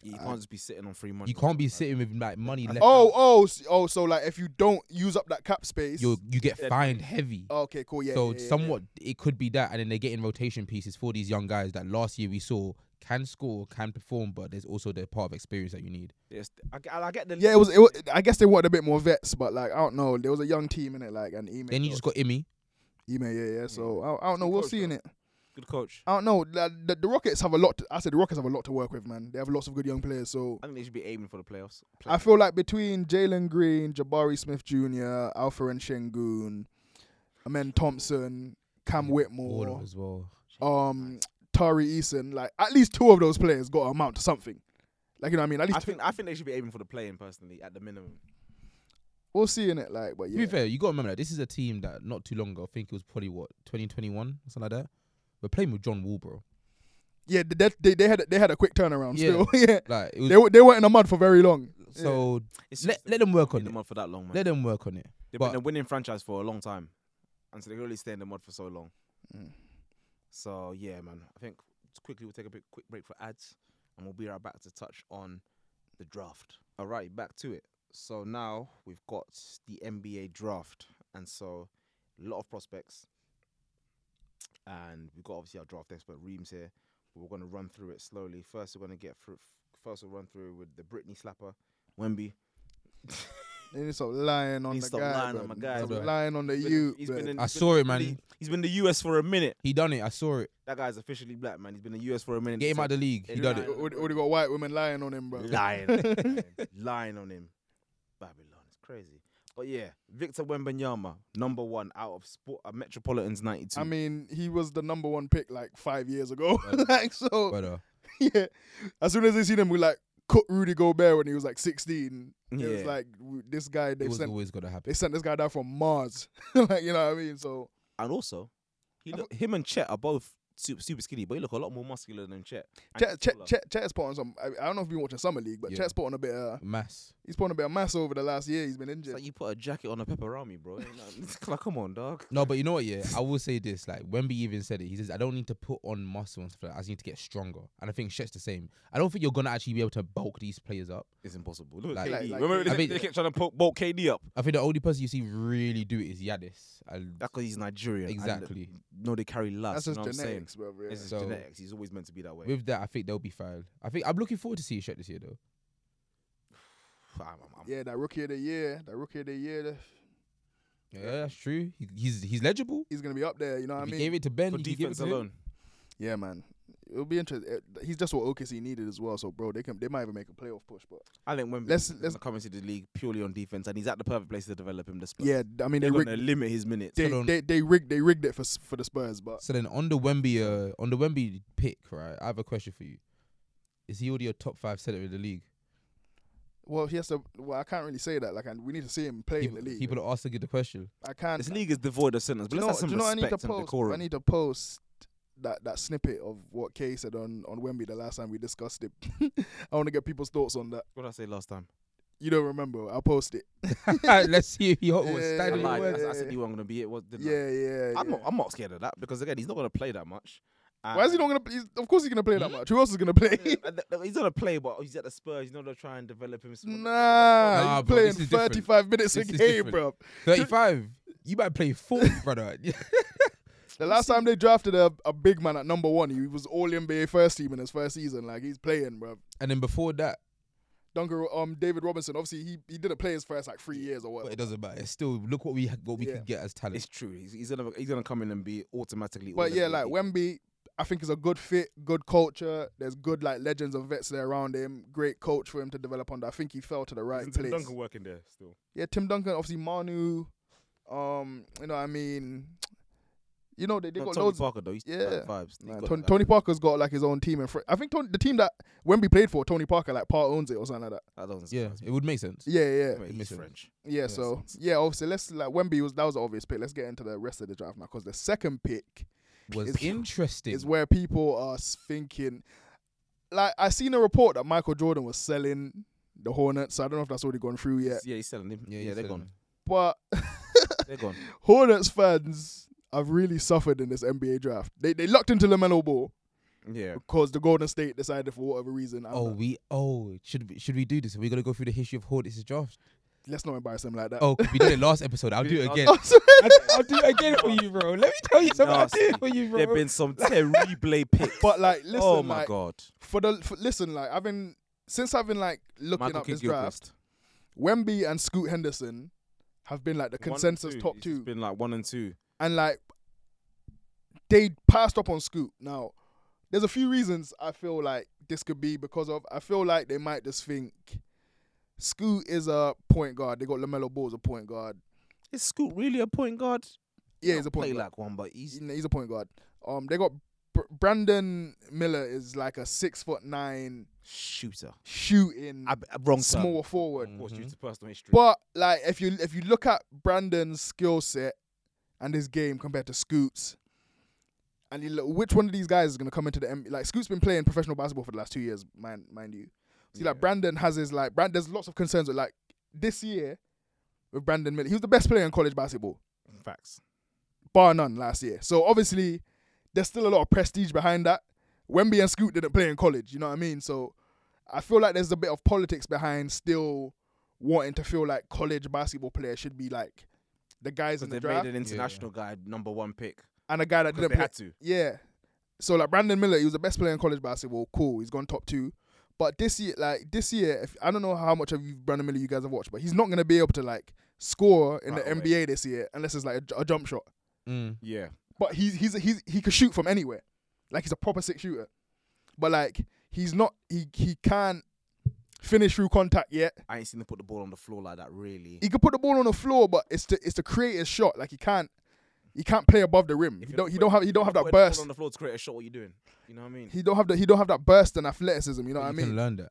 you can't just be sitting on free money. you can't be sitting with like money left. oh out. oh s- oh, so like if you don't use up that cap space, you you get Dead. fined heavy. okay, cool, Oh, yeah. so yeah, yeah, somewhat it could be that, and then they're getting rotation pieces for these young guys that last year we saw can score, can perform, but there's also the part of experience that you need. Yes, I, g- I get the. Yeah, it was, it was. I guess they wanted a bit more vets, but like I don't know. There was a young team in it, like an email. Then you just got Imi. email, yeah, yeah. So I, I don't know. Good We'll coach, see in though. it. good coach. I don't know. The, the, the Rockets have a lot. To, I said the Rockets have a lot to work with, man. They have lots of good young players. So I think they should be aiming for the playoffs. I feel like between Jalen Green, Jabari Smith Jr., Alpha and Shengun, Amen Thompson, Cam Baller Whitmore, as well. um, Tari Eason, like at least two of those players got to amount to something. Like you know what I mean? At least I think I think they should be aiming for the play-in personally, at the minimum. we'll see in it. Like, but To yeah, be fair, you got to remember that this is a team that not too long ago, I think it was probably what 2021, something like that. We're playing with John Wall, bro. yeah, th- that, they they had they had a quick turnaround. Yeah. Still, (laughs) yeah, Like it was they were they weren't in the mud for very long. so. It's Let- just- let them work on in the it. mud for that long, man. Let them work on it. They've but- been a winning franchise for a long time, and so they can only stay in the mud for so long. Mm. So yeah, man. I think just quickly we'll take a bit quick break for ads, and we'll be right back to touch on the draft. All right, back to it. So now we've got the NBA draft, and so a lot of prospects, and we've got obviously our draft expert Reams here. We're going to run through it slowly. First, we're going to get through. First, we'll run through with the Britney slapper, Wemby. And it's stop lying on He the stop guy. lying on bruv. my guy, Stop bruv. lying on the He's been- you. he's been bruv. in- I saw it, man. He's he's been in the US for a minute. He done it. I saw it. That guy's officially black, man. He's been in the US for a minute. Get him out of the league. He done it. Lying. Already already got white women lying on him, bro. lying, lying, lying on him. Babylon, it's crazy. But yeah, Victor Wembanyama, number one out of sport, uh, Metropolitan's ninety-two. I mean, he was the number one pick like five years ago. (laughs) like so, But uh, (laughs) yeah. As soon as they seen him, we like cut Rudy Gobert when he was like sixteen. It was Yeah. like w- this guy. They it was sent always gonna happen. they sent this guy down from Mars. (laughs) like you know what I mean? So and also, he I look, him and Chet are both super, super skinny, but he look a lot more muscular than Chet. And he's Chet, Chet, taller. Chet, Chet's put on some. I, I don't know if you've been watching summer league, but Yeah. Chet's put on a bit. Of, Mass. he's put on a bit of mass over the last year. He's been It's injured. like you put a jacket on a pepperami, bro. Ain't nothing- (laughs) like, come on, dog. No, but you know what? Yeah, I will say this. Like Wemby even said it. He says, "I don't need to put on muscle and stuff. Like that. I just need to get stronger." And I think Shet's the same. I don't think you're gonna actually be able to bulk these players up. It's impossible. Look at Like- KD. Like- like- Remember they, I mean- they kept trying to poke, bulk KD up. I think the only person you see really do it is Yadis. I, That's because he's Nigerian. and, Exactly. no, they carry lust. That's You just know what I'm saying? genetics, bro. Yeah. It's his So- genetics. He's always meant to be that way. with that, I think they'll be fine. I think I'm looking forward to seeing Shet this year though. I'm- I'm- I'm- yeah, that rookie of the year. That rookie of the year. the- Yeah, that's true. He, he's he's legible. He's gonna be up there. You know what I if mean? he gave it to Ben. for he could give it defense to him. alone. Yeah, man. It'll be interesting. He's just what OKC needed as well. So, bro, they can they might even make a playoff push. But I think when let's, Let's- let's- let's come into the league purely on defense, and he's at the perfect place to develop him. The Spurs. yeah, I mean they they're rigged, going to limit his minutes. they, hold on. they they rigged they rigged it for s- for the Spurs. But So then on the Wemby uh, on the Wemby pick, right? I have a question for you. Is he already a top five center in the league? well, he has to. Well, I can't really say that. Like, I, we need to see him play in People, the league. people are asking the question. (laughs) (laughs) I can't. this league is devoid of centers, but do you know, let's have some do you know what I need to respect and post? I decorum. need to post that, that snippet of what Kay said on, on Wemby the last time we discussed it. (laughs) I want to get people's thoughts on that. What did I say last time? You don't remember? I'll post it. Let's see if he was Yeah, I, standing yeah, lied. I, words. I said you weren't gonna be it. What? Didn't I? Yeah, yeah. I'm yeah. not. I'm not scared of that because again, he's not gonna play that much. Why is he And- not gonna? Play? Of course he's gonna play Hmm? that much. Who else is gonna (laughs) play? (laughs) Yeah, and th- th- he's gonna play, but he's at the Spurs. He's not gonna try and develop him. Nah, Nah, you bro, playing this is 35 minutes a This is game, different. bro. 35. You might play (laughs) four, brother. (laughs) The last time they drafted a, a big man at number one, he was all NBA first team in his first season. Like he's playing, bro. and then before that, Duncan, um, David Robinson. Obviously, he, he didn't play his first like three years or but what. it doesn't matter. It's still, look what we ha- what we Yeah. could get as talent. It's true. He's, he's gonna he's gonna come in and be automatically. But yeah, all-NBA. like Wemby, I think is a good fit, good culture. There's good like legends and vets there around him. Great coach for him to develop under. I think he fell to the right Isn't place. Duncan working there still. Yeah, Tim Duncan, obviously Manu. Um, you know what I mean. You know they, they No, got Tony loads. Parker though. He's Yeah. like vibes. He Nah, got Tony, that. Tony Parker's got like his own team, and fr- I think Tony, the team that Wemby played for, Tony Parker, like part owns it or something like that. That doesn't yeah, surprise me. it would make sense. Yeah, yeah, Anyway, makes he's sense. French. yeah. So yeah, obviously let's like Wemby was that was the obvious pick. Let's get into the rest of the draft now because the second pick Was It's- interesting. is where people are s- thinking. Like I seen a report that Michael Jordan was selling the Hornets. So I don't know if that's already gone through Yeah, yet, yeah, he's selling him. Yeah, he's they're selling gone. but They're (laughs) gone. Hornets fans have really suffered in this NBA draft. They they lucked into Lamelo Ball Yeah. because the Golden State decided for whatever reason. I'm Oh, not- we oh should we, should we do this? Are we gonna go through the history of Hornets' draft? let's not embarrass them like that. (laughs) Oh, 'cause we did it last episode. I'll We do did it it again. I'm sorry. I'll, I'll do it again for you, bro. Let me tell you something. I'll do it for you, bro. There've been some (laughs) terrible picks. But like, listen, oh my like, god, for the for, listen, like I've been since I've been like looking Michael up this Kidd draft, Gilchrist. Wemby and Scoot Henderson have been like the consensus top He's two, been like one and two. and like they passed up on Scoot. Now, there's a few reasons I feel like this could be because of. I feel like they might just think Scoot is a point guard. They got Lamelo Ball as a point guard. Is Scoot really a point guard? Yeah, he's a Play point guard. like one, but he's He's, he's a point guard. Um, they got Br- Brandon Miller is like a six foot nine shooter. shooting. I, I- wrong term. Mm-hmm. small forward. Of course, due to personal history. But like if you if you look at Brandon's skill set and his game compared to Scoot's, and you look, which one of these guys is gonna come into the M- like Scoot's been playing professional basketball for the last two years, mind mind you. See, like Brandon has his like Brand. There's lots of concerns with like this year with Brandon Miller. He was the best player in college basketball, facts. bar none, last year. So obviously, there's still a lot of prestige behind that. Wemby and Scoot didn't play in college. You know what I mean? So I feel like there's a bit of politics behind still wanting to feel like college basketball players should be like the guys So in they the draft made an international guy number one pick. and a guy that 'cause didn't they play. had to. Yeah. So like Brandon Miller, he was the best player in college basketball. Cool, he's gone top two. But this year, like this year, if, I don't know how much of you Brandon Miller you guys have watched, but he's not gonna be able to like score in Right the away. NBA this year unless it's like a j- a jump shot. Mm. Yeah, But he's he's he's he can shoot from anywhere. Like he's a proper six shooter. But like he's not he he can't finish through contact yet. I ain't seen him put the ball on the floor like that. Really, He could put the ball on the floor, but it's to it's to create his shot. Like he can't he can't play above the rim. He you're don't he putting- don't have he don't have that Putting the ball burst. on the floor to create a shot. What you doing? You know what I mean? He don't have that he don't have that burst and athleticism, you know you what I can mean? learn that.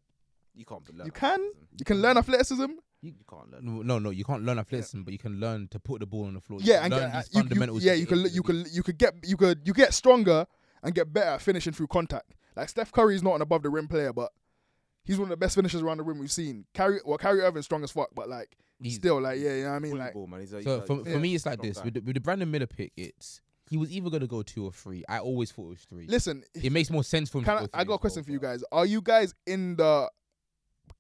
You can't learn. You that can? from him. You can learn athleticism. You can't learn. No, no, no, you can't learn athleticism, but you can learn to put the ball on the floor. Yeah, you can and learn uh, these you- you- fundamentals. yeah, to you get can into you the can you could get you could you get stronger and get better at finishing through contact. Like Steph Curry is not an above the rim player, but he's one of the best finishers around the rim we've seen. Carry well, Kyrie Irving's strong as fuck, but like He's- still like yeah, you know what I mean? Bully Like ball, man. He's a- he's So a- for, for yeah, me, it's like strong this guy. with the, with the Brandon Miller pick. It's he was either gonna go two or three. I always thought it was three. listen, it makes more sense for him. can to I, go I three got a as question well, for you but- guys. Are you guys in the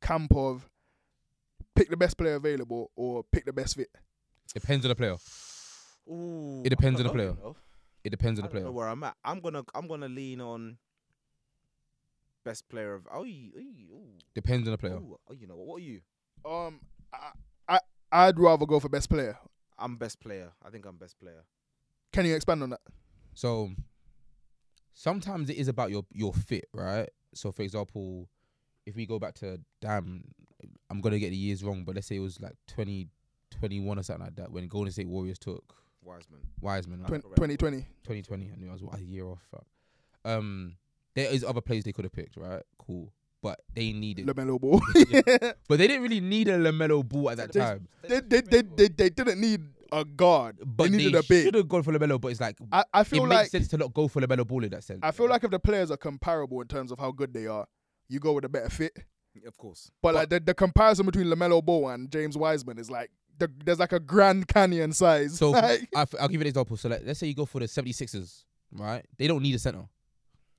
camp of pick the best player available or pick the best fit? Depends on the player. Ooh, It depends I don't on the player. know. It depends I on the don't know player. where I'm at. I'm gonna I'm gonna lean on best player of. Oh, you, oh, you- ooh, Depends on the player. ooh, oh, you know what? What are you? Um, I, I I'd rather go for best player. I'm best player. I think I'm best player. Can you expand on that? So sometimes it is about your your fit, right? So for example, if we go back to damn, I'm gonna get the years wrong, but let's say it was like 2021 or something like that when Golden State Warriors took Wiseman. Wiseman. right? Twen- correct. 2020. 2020. I knew I was what, a year off. Fuck. Um, there is other players they could have picked, right? Cool, but they needed, LaMelo Ball. (laughs) but they didn't really need a Lamelo Ball at that They- time. they, they, they, they, they didn't need a guard. But they they, needed a big. should have gone for Lamelo. But it's like I, I it feel makes like sense to not go for Lamelo Ball in that sense. I feel like if the players are comparable in terms of how good they are, you go with a better fit. Of course. But, like the, the comparison between Lamelo Ball and James Wiseman is like the, there's like a Grand Canyon size. So (laughs) Like, I, will give you an example. So like, let's say you go for the 76ers, right? They don't need a center.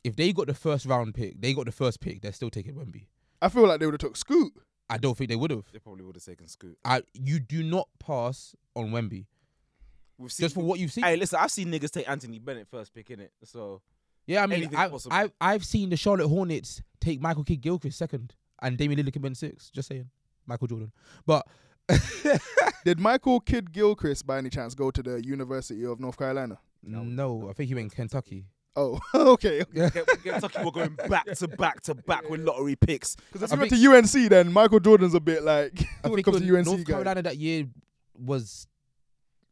If they got the first round pick, they got the first pick. They're still taking Wemby. I feel like they would have took Scoot. I don't think they would have. They probably would have taken Scoot. I you do not pass on Wemby We've seen, just for what you've seen. Hey, listen, I've seen niggas take Anthony Bennett first pick in it. So yeah, I mean, anything's I, possible. I I've seen the Charlotte Hornets take Michael Kidd Gilchrist second and Damian Lillard can win six. Just saying, Michael Jordan. But Did Michael Kidd Gilchrist by any chance go to the University of North Carolina? no, I think he went Kentucky. (laughs) (laughs) Oh, (laughs) okay. Ke- Kentucky were going back to back to back with lottery picks. Because if I you went to UNC, then Michael Jordan's a (laughs) bit like (laughs) I when it think comes when to UNC North guy. Carolina that year was.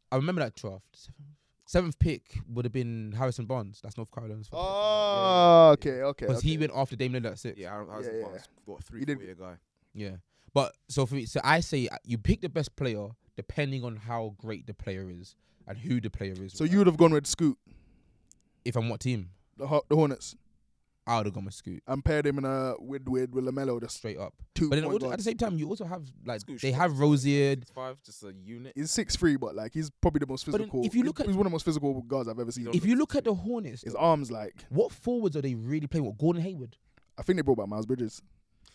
I remember that draft. Seventh- Seventh pick would have been Harrison Barnes. That's North Carolina's. Oh, okay, okay. because okay. he went after Dame Lillard at six. Yeah, I, I was Yeah, yeah. got three He did- four year guy. Yeah. But so for me, so I say uh, you pick the best player depending on how great the player is and who the player is. so right? you would have gone with Scoot, if I'm what team, the, Ho- the Hornets, I would have gone with Scoot and paired him in a with with with Lamelo. Just straight up. two But then point also, at the guards. same time, you also have like Scoot they shot. have Rozier. Six, five, just a unit. He's six three, but like he's probably the most But then physical. if you look he's, at- he's one of the most physical guards I've ever seen. If you look at the Hornets, his arms, like what forwards are they really playing? What Gordon Hayward? I think they brought back Miles Bridges.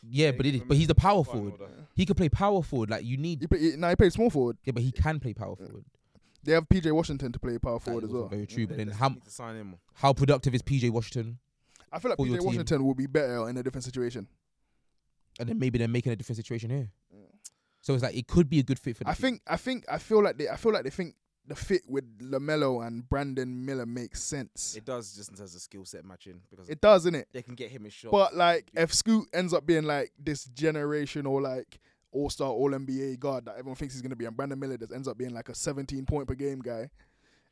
Yeah, but it is, but he's a power forward. He could play power forward. Like you need He play, he, nah, he played small forward. Yeah, but he can play power forward. They have PJ Washington to play power forward That as wasn't well. Very true. But then how Need to sign him. how productive is PJ Washington? I feel like for your PJ team. Washington will be better in a different situation. And then maybe they're making a different situation here. So it's like it could be a good fit for. The I team. think I think I feel like they I feel like they think the fit with Lamelo and Brandon Miller makes sense. It, It does just in terms of skill set matching because does, does, innit? they can get him a shot. But like, if Scoot ends up being like this generational like All Star All NBA guard that everyone thinks he's gonna be, and Brandon Miller just ends up being like a 17 point per game guy,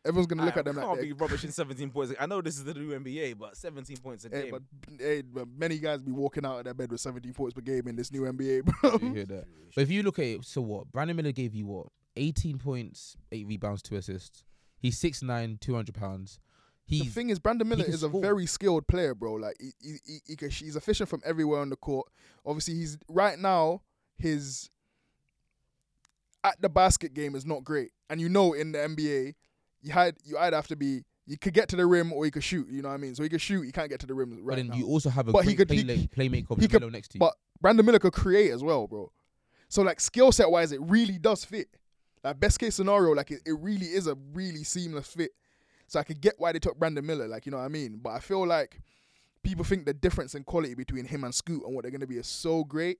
everyone's gonna look Aye, at them can't like, be rubbish in 17 points. I know this is the new NBA, but 17 points a hey, game. eh, but, hey, but many guys be walking out of their bed with 17 points per game in this new NBA, (laughs) bro. You hear that. But if you look at it, so what? Brandon Miller gave you what? 18 points, 8 rebounds, 2 assists. He's 6'9, 200 pounds. The He's thing is, Brandon Miller can is a score. very skilled player, bro. Like he, he, he, he can, he's efficient from everywhere on the court. Obviously, he's right now his at the basket game is not great, and you know in the NBA, you had you either have to be you could get to the rim or you could shoot. You know what I mean? So he could shoot. He can't get to the rim but right then now. you also have a But he great could- playla- he- playmaker of he could- Melo next to you. but Brandon Miller could create as well, bro. So like skill set wise, it really does fit. Like best case scenario, like it, it really is a really seamless fit. So I could get why they took Brandon Miller, like you know what I mean. But I feel like people think the difference in quality between him and Scoot and what they're gonna be is so great.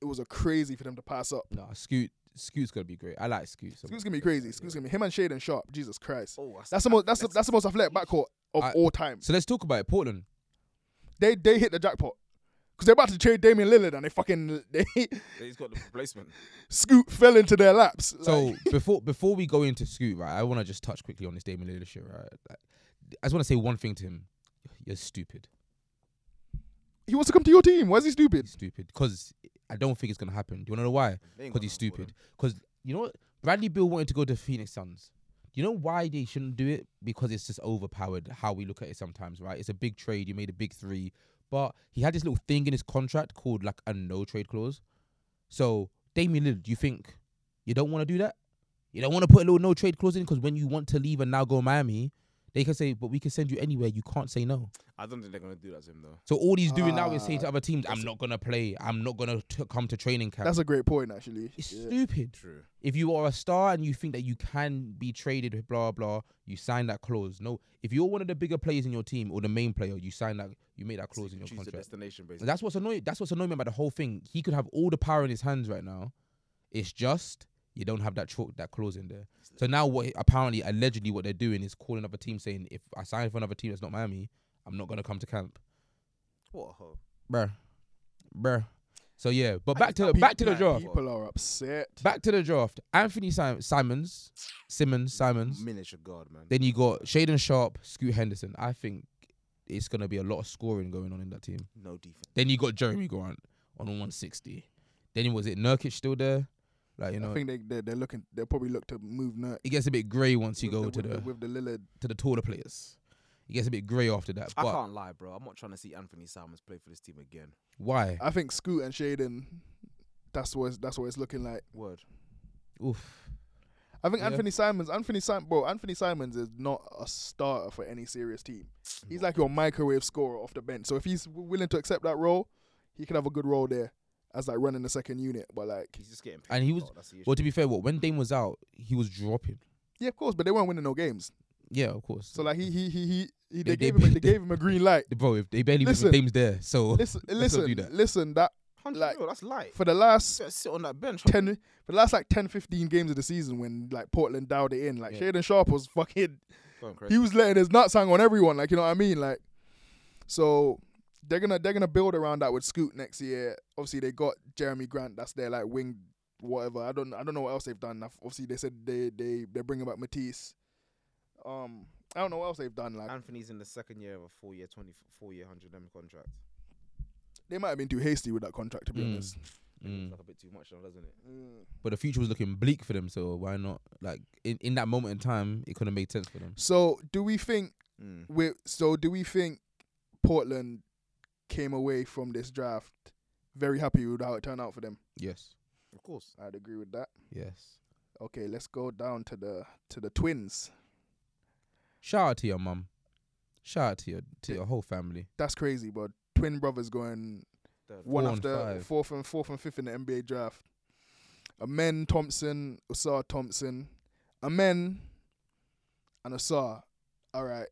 It was a crazy for them to pass up. nah, Scoot, Scoot's going to be great. I like Scoot. So Scoot's gonna be crazy. Scoot's gonna be him and Shaden Sharp. Jesus Christ, oh, I see. that's the most that's the, that's the most athletic backcourt of I- all time. So let's talk about it. Portland. They they hit the jackpot because they're about to trade Damian Lillard and they fucking (laughs) they He's got the replacement. Scoot fell into their laps. So Like- (laughs) before before we go into Scoot, right, I want to just touch quickly on this Damon Lillard shit, right? Like, I just want to say one thing to him. You're stupid. He wants to come to your team. Why is he stupid? He's stupid. Because I don't think it's going to happen. Do you want to know why? They ain't because got he's nothing for stupid. Because you know what? Bradley Bill wanted to go to Phoenix Suns. You know why they shouldn't do it? Because it's just overpowered how we look at it sometimes, right? It's a big trade. You made a big three, but he had this little thing in his contract called like a no trade clause. So Damian Lillard, you think you don't want to do that? You don't want to put a little no trade clause in because when you want to leave and now go Miami, they can say, "But we can send you anywhere." You can't say no. them. I don't think they're gonna do that to him though. So all he's doing now is saying Ah, to other teams, "I'm not gonna play. I'm not gonna t- come to training camp." That's a great point, actually. it's Yeah. stupid True. if you are a star and you think that you can be traded, blah blah, you sign that clause. No, if you're one of the bigger players in your team or the main player, you sign that, you make that clause in your Choose the contract. destination basically. And that's what's annoying. That's what's annoying me about the whole thing. He could have all the power in his hands right now. It's just you don't have that tro- that clause in there. So now, what apparently, allegedly, what they're doing is calling up a team saying, if I sign for another team that's not Miami, I'm not gonna come to camp, What a hoe. bruh, bruh. So yeah, but I back just- to the people- back to the nah, draft. People are upset. Back to the draft. Anthony Sim- Simons, Simmons, Simons. Miniature guard, man. Then you got Shaden Sharp, Scoot Henderson. I think it's gonna be a lot of scoring going on in that team. no defense. Then you got Jeremy Grant on 160. Then was it Nurkic still there? Like you know, I think they they're, they're looking. They'll probably look to move Nurk. it gets a bit grey once you with go the- to with the with the Lillard. to the taller players. It gets a bit grey after that. I But can't lie, bro. I'm not trying to see Anthony Simons play for this team again. why? I think Scoot and Shaden. That's what it's, that's what it's looking like. Word. Oof. I think Yeah. Anthony Simons, Anthony Sim, bro, Anthony Simons is not a starter for any serious team. He's like your microwave scorer off the bench. So if he's w- willing to accept that role, he can have a good role there as like running the second unit. But like, He's just getting paid. And he was- bro. That's the issue. Well, to be fair, what when Dame was out, he was dropping. yeah, of course, but they weren't winning no games. Yeah, of course. So like he he he he, he They- (laughs) they they, gave him a, beat- they gave him a green light. bro, if they barely listen, Listen. Dame's there, so (laughs) Listen not do listen that. listen that 100 like- mil, that's light. for the last Sit- sit on that bench. ten for the last like 10, 15 games of the season when like Portland dialed it in, like Yeah. Shaden Sharp was fucking Going crazy. he was letting his nuts hang on everyone. Like you know what I mean? Like so they're gonna they're gonna build around that with Scoot next year. Obviously they got Jeremy Grant. That's their like wing whatever. I don't I don't know what else they've done. I've- Obviously they said they they they're bringing back Matisse. Um, I don't know what else they've done. Like Anthony's in the second year of a four-year, twenty-four-year, hundred M contract. they might have been too hasty with that contract to be Mm. honest. It's Mm. like a bit too much now, doesn't it? But the future was looking bleak for them, so why not? Like in, in that moment in time, it could have made sense for them. So do we think Mm. we so do we think Portland came away from this draft very happy with how it turned out for them? Yes, Of course. I'd agree with that. yes. Okay, let's go down to the to the twins. Shout out to your mum. Shout out to your to your whole family. That's crazy, bro. Twin brothers going Third. one Four and after five. fourth and fourth and fifth in the NBA draft. Amen Thompson, Usar Thompson, Amen and Usar. All right,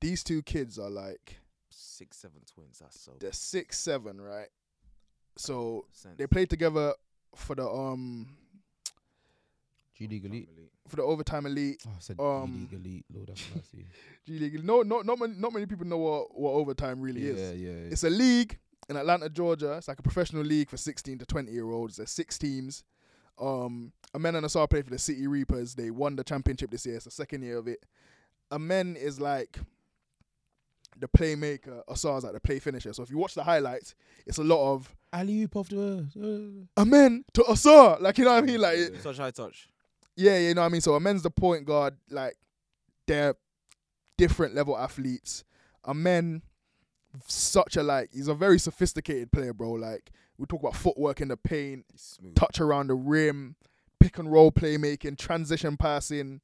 these two kids are like Six, seven twins. That's so. they're six seven, right? So sense. they played together for the um G League elite. Family. for the overtime elite Oh, I said G Um, League elite. Lord have (laughs) mercy. G League. No, no, not many, not many people know what what overtime really yeah, is. yeah, yeah. It's a league in Atlanta, Georgia. It's like a professional league for 16 to 20 year olds. There's six teams. Um, Amen and Asar play for the City Reapers. They won the championship this year. It's the second year of it. Amen is like the playmaker. Asar's like the play finisher. So if you watch the highlights, it's a lot of Alley oop off the. Amen to Asar. Like you know what I mean? Like Yeah. Touch high touch. yeah, you know what I mean. So Amen's the point guard. Like they're different level athletes. Amen, such a like he's a very sophisticated player, bro. Like we talk about footwork in the paint, He's smooth. touch around the rim, pick and roll playmaking, transition passing,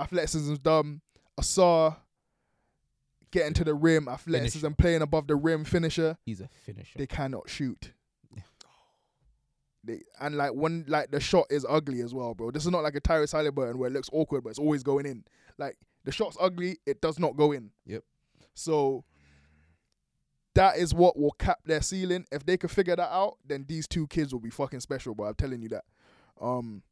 athleticism's dumb. Asar getting to the rim, athleticism Finisher. playing above the rim, finisher. He's a finisher. They cannot shoot. They, and like one like the shot is ugly as well, bro. This is not like a Tyrese Halliburton where it looks awkward, but it's always going in. Like the shot's ugly, it does not go in. Yep. So that is what will cap their ceiling. If they could figure that out, then these two kids will be fucking special, bro. I'm telling you that. Um,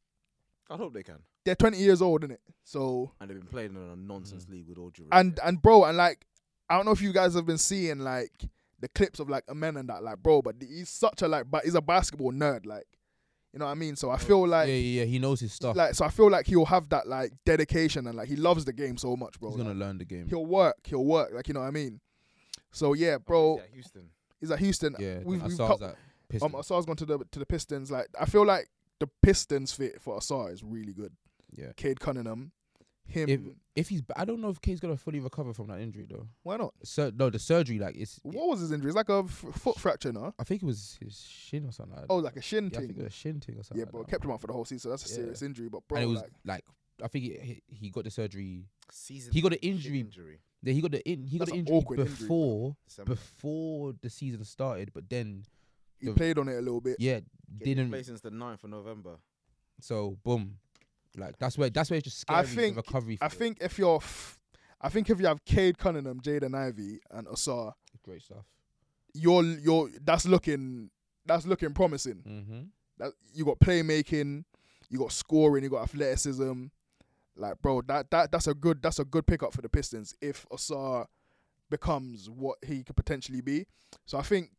I hope they can. they're 20 years old, innit? So And they've been playing in a nonsense Mm. league with all due and respect. and bro, and like I don't know if you guys have been seeing like the clips of like a man and that, like bro, but he's such a like, but he's a basketball nerd, like you know what I mean. So I feel like, yeah, yeah, yeah. He knows his stuff. like, so I feel like he'll have that like dedication and like he loves the game so much, bro. He's gonna Like, learn the game. he'll work, he'll work, like you know what I mean. So uh, yeah, bro, Yeah, Houston. he's at Houston. Yeah, we've, I we've saw cou- that. um, Pistons. Asar's gone to the to the Pistons. Like I feel like the Pistons fit for Asar is really good. Yeah. Cade Cunningham, him. If if he's, I don't know if Kate's gonna fully recover from that injury though. why not? Sur- no, the surgery like it's. What was his injury? It's like a f- foot fracture, no? I think it was his shin or something. Like Oh, like a shin yeah, I think it thing. was a shin thing or something. Yeah, like bro, that. kept him out for the whole season. So that's a Yeah. serious injury, but bro, And it was like, like I think he he- he got the surgery. Season. He got an shit injury. Injury. Yeah, he got the in, he got That's the an injury awkward injury, bro. before December. before the season started, but then he the- played on it a little bit. yeah, Getting in play didn't. since the 9th of November. So boom, like that's where that's where it's just scary. I the think- recovery. I for think if you're, f- I think if you have Cade Cunningham, Jaden Ivey, and Osar, great stuff. you're you're that's looking that's looking promising. Mm-hmm. That you got playmaking, you got scoring, you got athleticism. Like, bro, that that that's a good that's a good pickup for the Pistons if Osar becomes what he could potentially be. So I think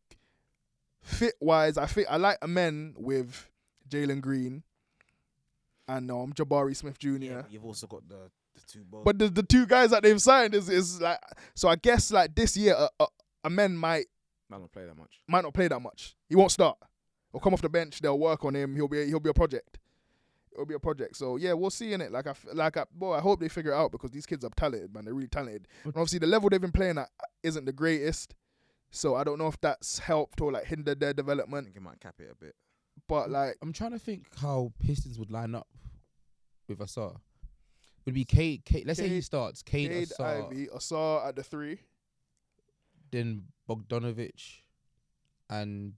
fit wise, I think I like Amen with Jalen Green and um, Jabari Smith Jr. but You've also got the, the two balls. But the, the two guys that they've signed is is like so I guess like this year uh, uh, Amen might Man, don't play that much. might not play that much. He won't start. Or come off the bench, they'll work on him. He'll be he'll be a project. It'll be a project. So yeah, we'll see in it. Like I f- like I, boy, I hope they figure it out because these kids are talented, man. They're really talented. And obviously the level they've been playing at isn't the greatest. So I don't know if that's helped or like hindered their I development. think it might cap it a bit. But like I'm trying to think how Pistons would line up with Asar. Would be Kate. Kate let's say he Cade- starts Kate, Cade Asar, Ivy, Asar at the three. then Bogdanovich, and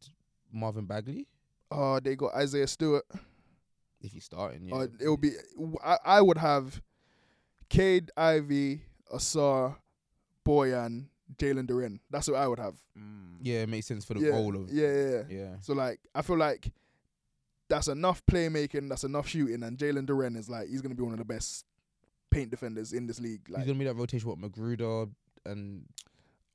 Marvin Bagley. Uh, they got Isaiah Stewart. If he's starting, yeah. Uh, it'll be I, I would have Cade Ivy, Asar, Boyan, Jalen Duran. That's what I would have. Mm. yeah, it makes sense for the yeah, role of yeah, yeah, yeah. yeah. So like I feel like that's enough playmaking, that's enough shooting, and Jalen Duran is like he's gonna be one of the best paint defenders in this league. he's Like gonna be that rotation. What Magruder (laughs) and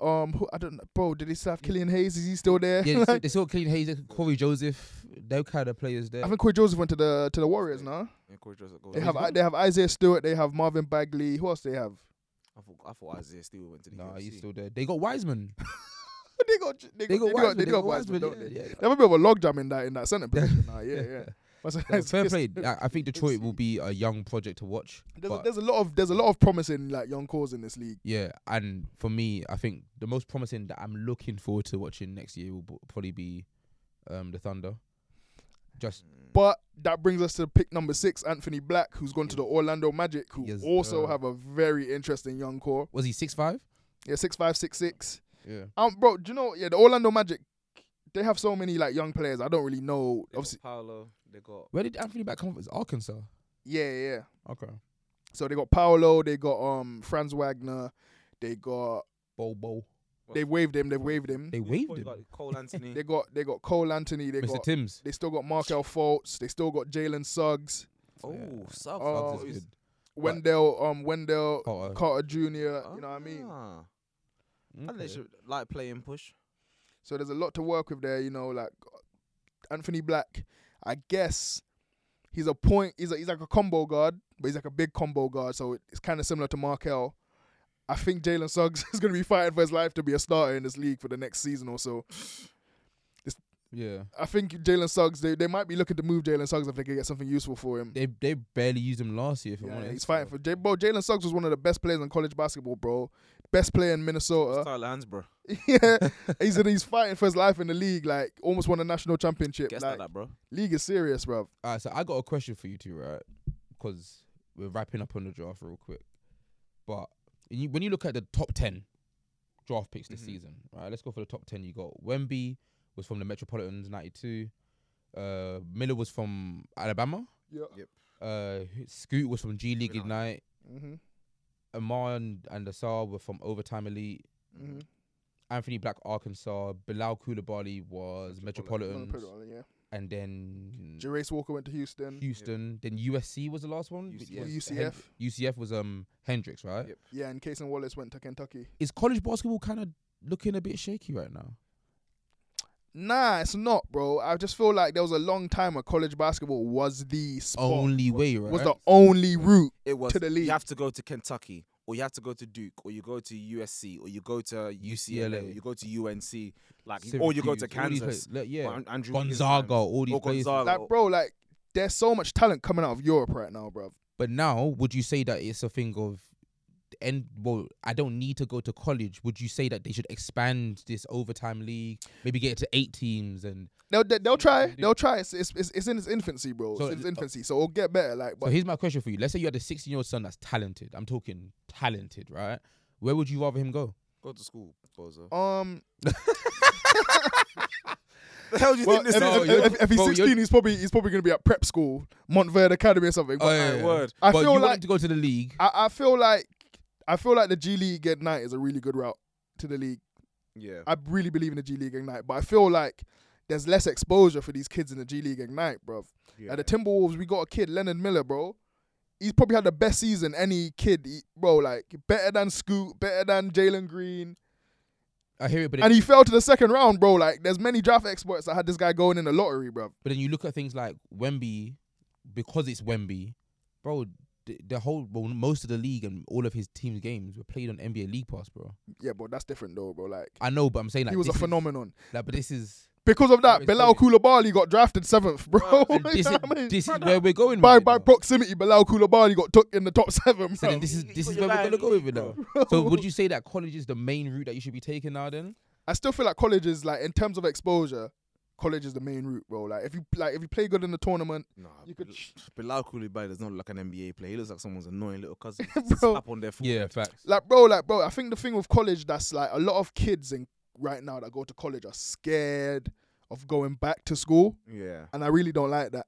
um who, I don't know, bro, did he still have Killian Hayes? Is he still there? yeah, they still, Like, they still clean Hayes, Corey Joseph, those kind of players there. (laughs) I think Corey Joseph went to the to the Warriors now. Yeah, Corey Joseph goes. They He's have gone. they have Isaiah Stewart, they have Marvin Bagley, who else they have? (laughs) I thought, I thought Isaiah Stewart went to the Nah, UFC. he's still there. They got Wiseman. they got they, They got, got Wiseman. they got, they got Wiseman, don't yeah, they? yeah. There might be a logjam in that in that centre position. now. (laughs) Yeah, yeah. That's- No, fair (laughs) it's- play. I, I think Detroit will be a young project to watch. There's a, but there's a lot of there's a lot of promising like young cores in this league. yeah, and for me, I think the most promising that I'm looking forward to watching next year will b- probably be um, the Thunder. Just Mm. But that brings us to pick number six, Anthony Black, who's gone to the Orlando Magic, who Yes, also sir. have a very interesting young core. was he six five? Yeah, six five, six six. Yeah, Um, bro, do you know? Yeah, the Orlando Magic, they have so many like young players. I don't really know. They Obviously, got Paolo. They got where did Anthony back come from? It's Arkansas. yeah, yeah. Okay, So they got Paolo, they got um Franz Wagner, they got Bobo. they waived him, they waived him. They Paul, waved you him. got (laughs) Cole Anthony. They got they got Cole Anthony, they Mr. got Timms. They still got Markel Fultz. They still got Jalen Suggs, oh, Yeah. South. Oh, Suggs is good. Wendell, um, Wendell Carter. Carter Jr. You know what I mean? Ah. I Okay. literally like playing push. So there's a lot to work with there. You know, like Anthony Black. I guess he's a point. He's a, he's like a combo guard, but he's like a big combo guard. So it's kind of similar to Markel. I think Jalen Suggs (laughs) is going to be fighting for his life to be a starter in this league for the next season or so. Yeah, I think Jalen Suggs. They, they might be looking to move Jalen Suggs if they can get something useful for him. they they barely used him last year. If I'm Yeah, honest, he's fighting for J- bro. Jalen Suggs was one of the best players in college basketball, bro. Best player in Minnesota. Tyler Hansborough. (laughs) yeah, he's in, he's fighting for his life in the league. Like almost won a national championship. Guess Like that, bro. league is serious, bro. All right, so I got a question for you two, right? Because we're wrapping up on the draft real quick. But when you, when you look at the top 10 draft picks this Mm-hmm. Mhm. season, right? Let's go for the top 10. You got Wemby was from the Metropolitans, 92. Uh, Miller was from Alabama. Yeah. Uh, Scoot was from G League Ignite. Mm-hmm. Amar and, and Assar were from Overtime Elite. Mm. Mm-hmm. Anthony Black, Arkansas. Bilal Koulibaly was Metropolitans. yeah. And then Jerace Walker went to Houston. Houston. Then USC was the last one. which UCF. was Hen- UCF. UCF was um Hendricks, right? Yep. Yeah, and Casey Wallace went to Kentucky. Is college basketball kind of looking a bit shaky right now? Nah, it's not, bro. I just feel like there was a long time where college basketball was the spot, Only way, right? was the only route. It was To the league. You have to go to Kentucky, or you have to go to Duke, or you go to USC, or you go to UCLA, or UCLA. you go to UNC, like, or you go to Syracuse, all these Kansas. pla- like, yeah, or An- Andrew Wiggins' Gonzaga, times. all these or places. Gonzaga. Like, bro, like there's so much talent coming out of Europe right now, bro. But now, would you say that it's a thing of and well, I don't need to go to college. Would you say that they should expand this overtime league? Maybe get it to eight teams and They'll, they- they'll try. do. They'll try. It's, it's, it's, it's in its infancy, bro. So, it's in its uh, infancy. So it'll get better. Like, So but here's my question for you. Let's say you had a 16 year old son that's talented. I'm talking talented, right? Where would you rather him go? Go to school, Bozo. um, the hell do you well, think this if, No, if- is? you're- if- if he's bro, you're- 16, he's probably he's probably gonna be at prep school, Montverde Academy or something. But yeah, yeah. word. Oh, I but feel you wanted like- to go to the league. I, I feel like I feel like the G League at night is a really good route to the league. Yeah. I really believe in the G League Ignite, but I feel like there's less exposure for these kids in the G League Ignite, bro. At the Timberwolves, we got a kid, Leonard Miller, bro. He's probably had the best season any kid, he- bro. Like better than Scoot, better than Jalen Green, I hear it, but then, and he fell to the second round, bro. Like there's many draft experts that had this guy going in the lottery, bro. but then you look at things like Wemby, because it's Wemby, bro. The, the whole well, most of the league and all of his team's games were played on NBA League Pass, bro. Yeah, bro, that's different though, bro. Like I know, but I'm saying like he was a this is- phenomenon. like, but this is Because of that, It's Bilal funny. Koulibaly got drafted seventh, (laughs) bro. And this, You know is, (laughs) what I mean? this is where we're going. by with it by now. proximity, Bilal Koulibaly got took in the top (laughs) seven, So bro. then this is You this got is your where we're line gonna go with it now. lead, So would you say that college is the main route that you should be taking now? Then I still feel like college is like in terms of exposure, college is the main route, bro. Like if you like if you play good in the tournament, Nah, You could- Bilal Koulibaly does not look like an NBA player. He looks like someone's annoying little (laughs) cousin. Bro. Slap on their foot. yeah, facts. like bro, like bro, I think the thing with college that's like a lot of kids in right now that go to college are scared of going back to school, Yeah. and I really don't like that.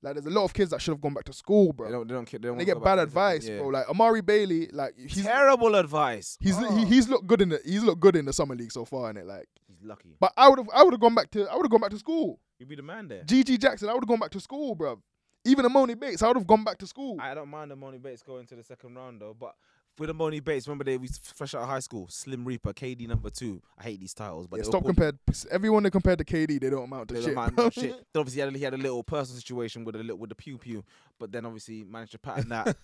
Like there's a lot of kids that should have gone back to They school, bro. don't. They don't. care- They, don't They, wanna get go bad back to their- advice, yeah. bro. Like Amari Bailey, like he's Terrible advice. he's Oh. he, he's looked good in the he's looked good in the summer league so far, in it like. He's lucky. But I would have I would have gone back to I would have gone back to school. You'd be the man there. GG Jackson, I would have gone back to school, bruv. Even Amoni Bates, I would have gone back to school. I don't mind Amoni Bates going to the second round though, but with Amoni Bates, remember they was fresh out of high school, Slim Reaper, KD number two. I hate these titles, but yeah, they were stop called- compared. Everyone that compared to KD, they don't amount to they shit. don't mind that bruv. shit. Then obviously he had, a, he had a little personal situation with a little, with the pew pew, but then obviously managed to pattern that,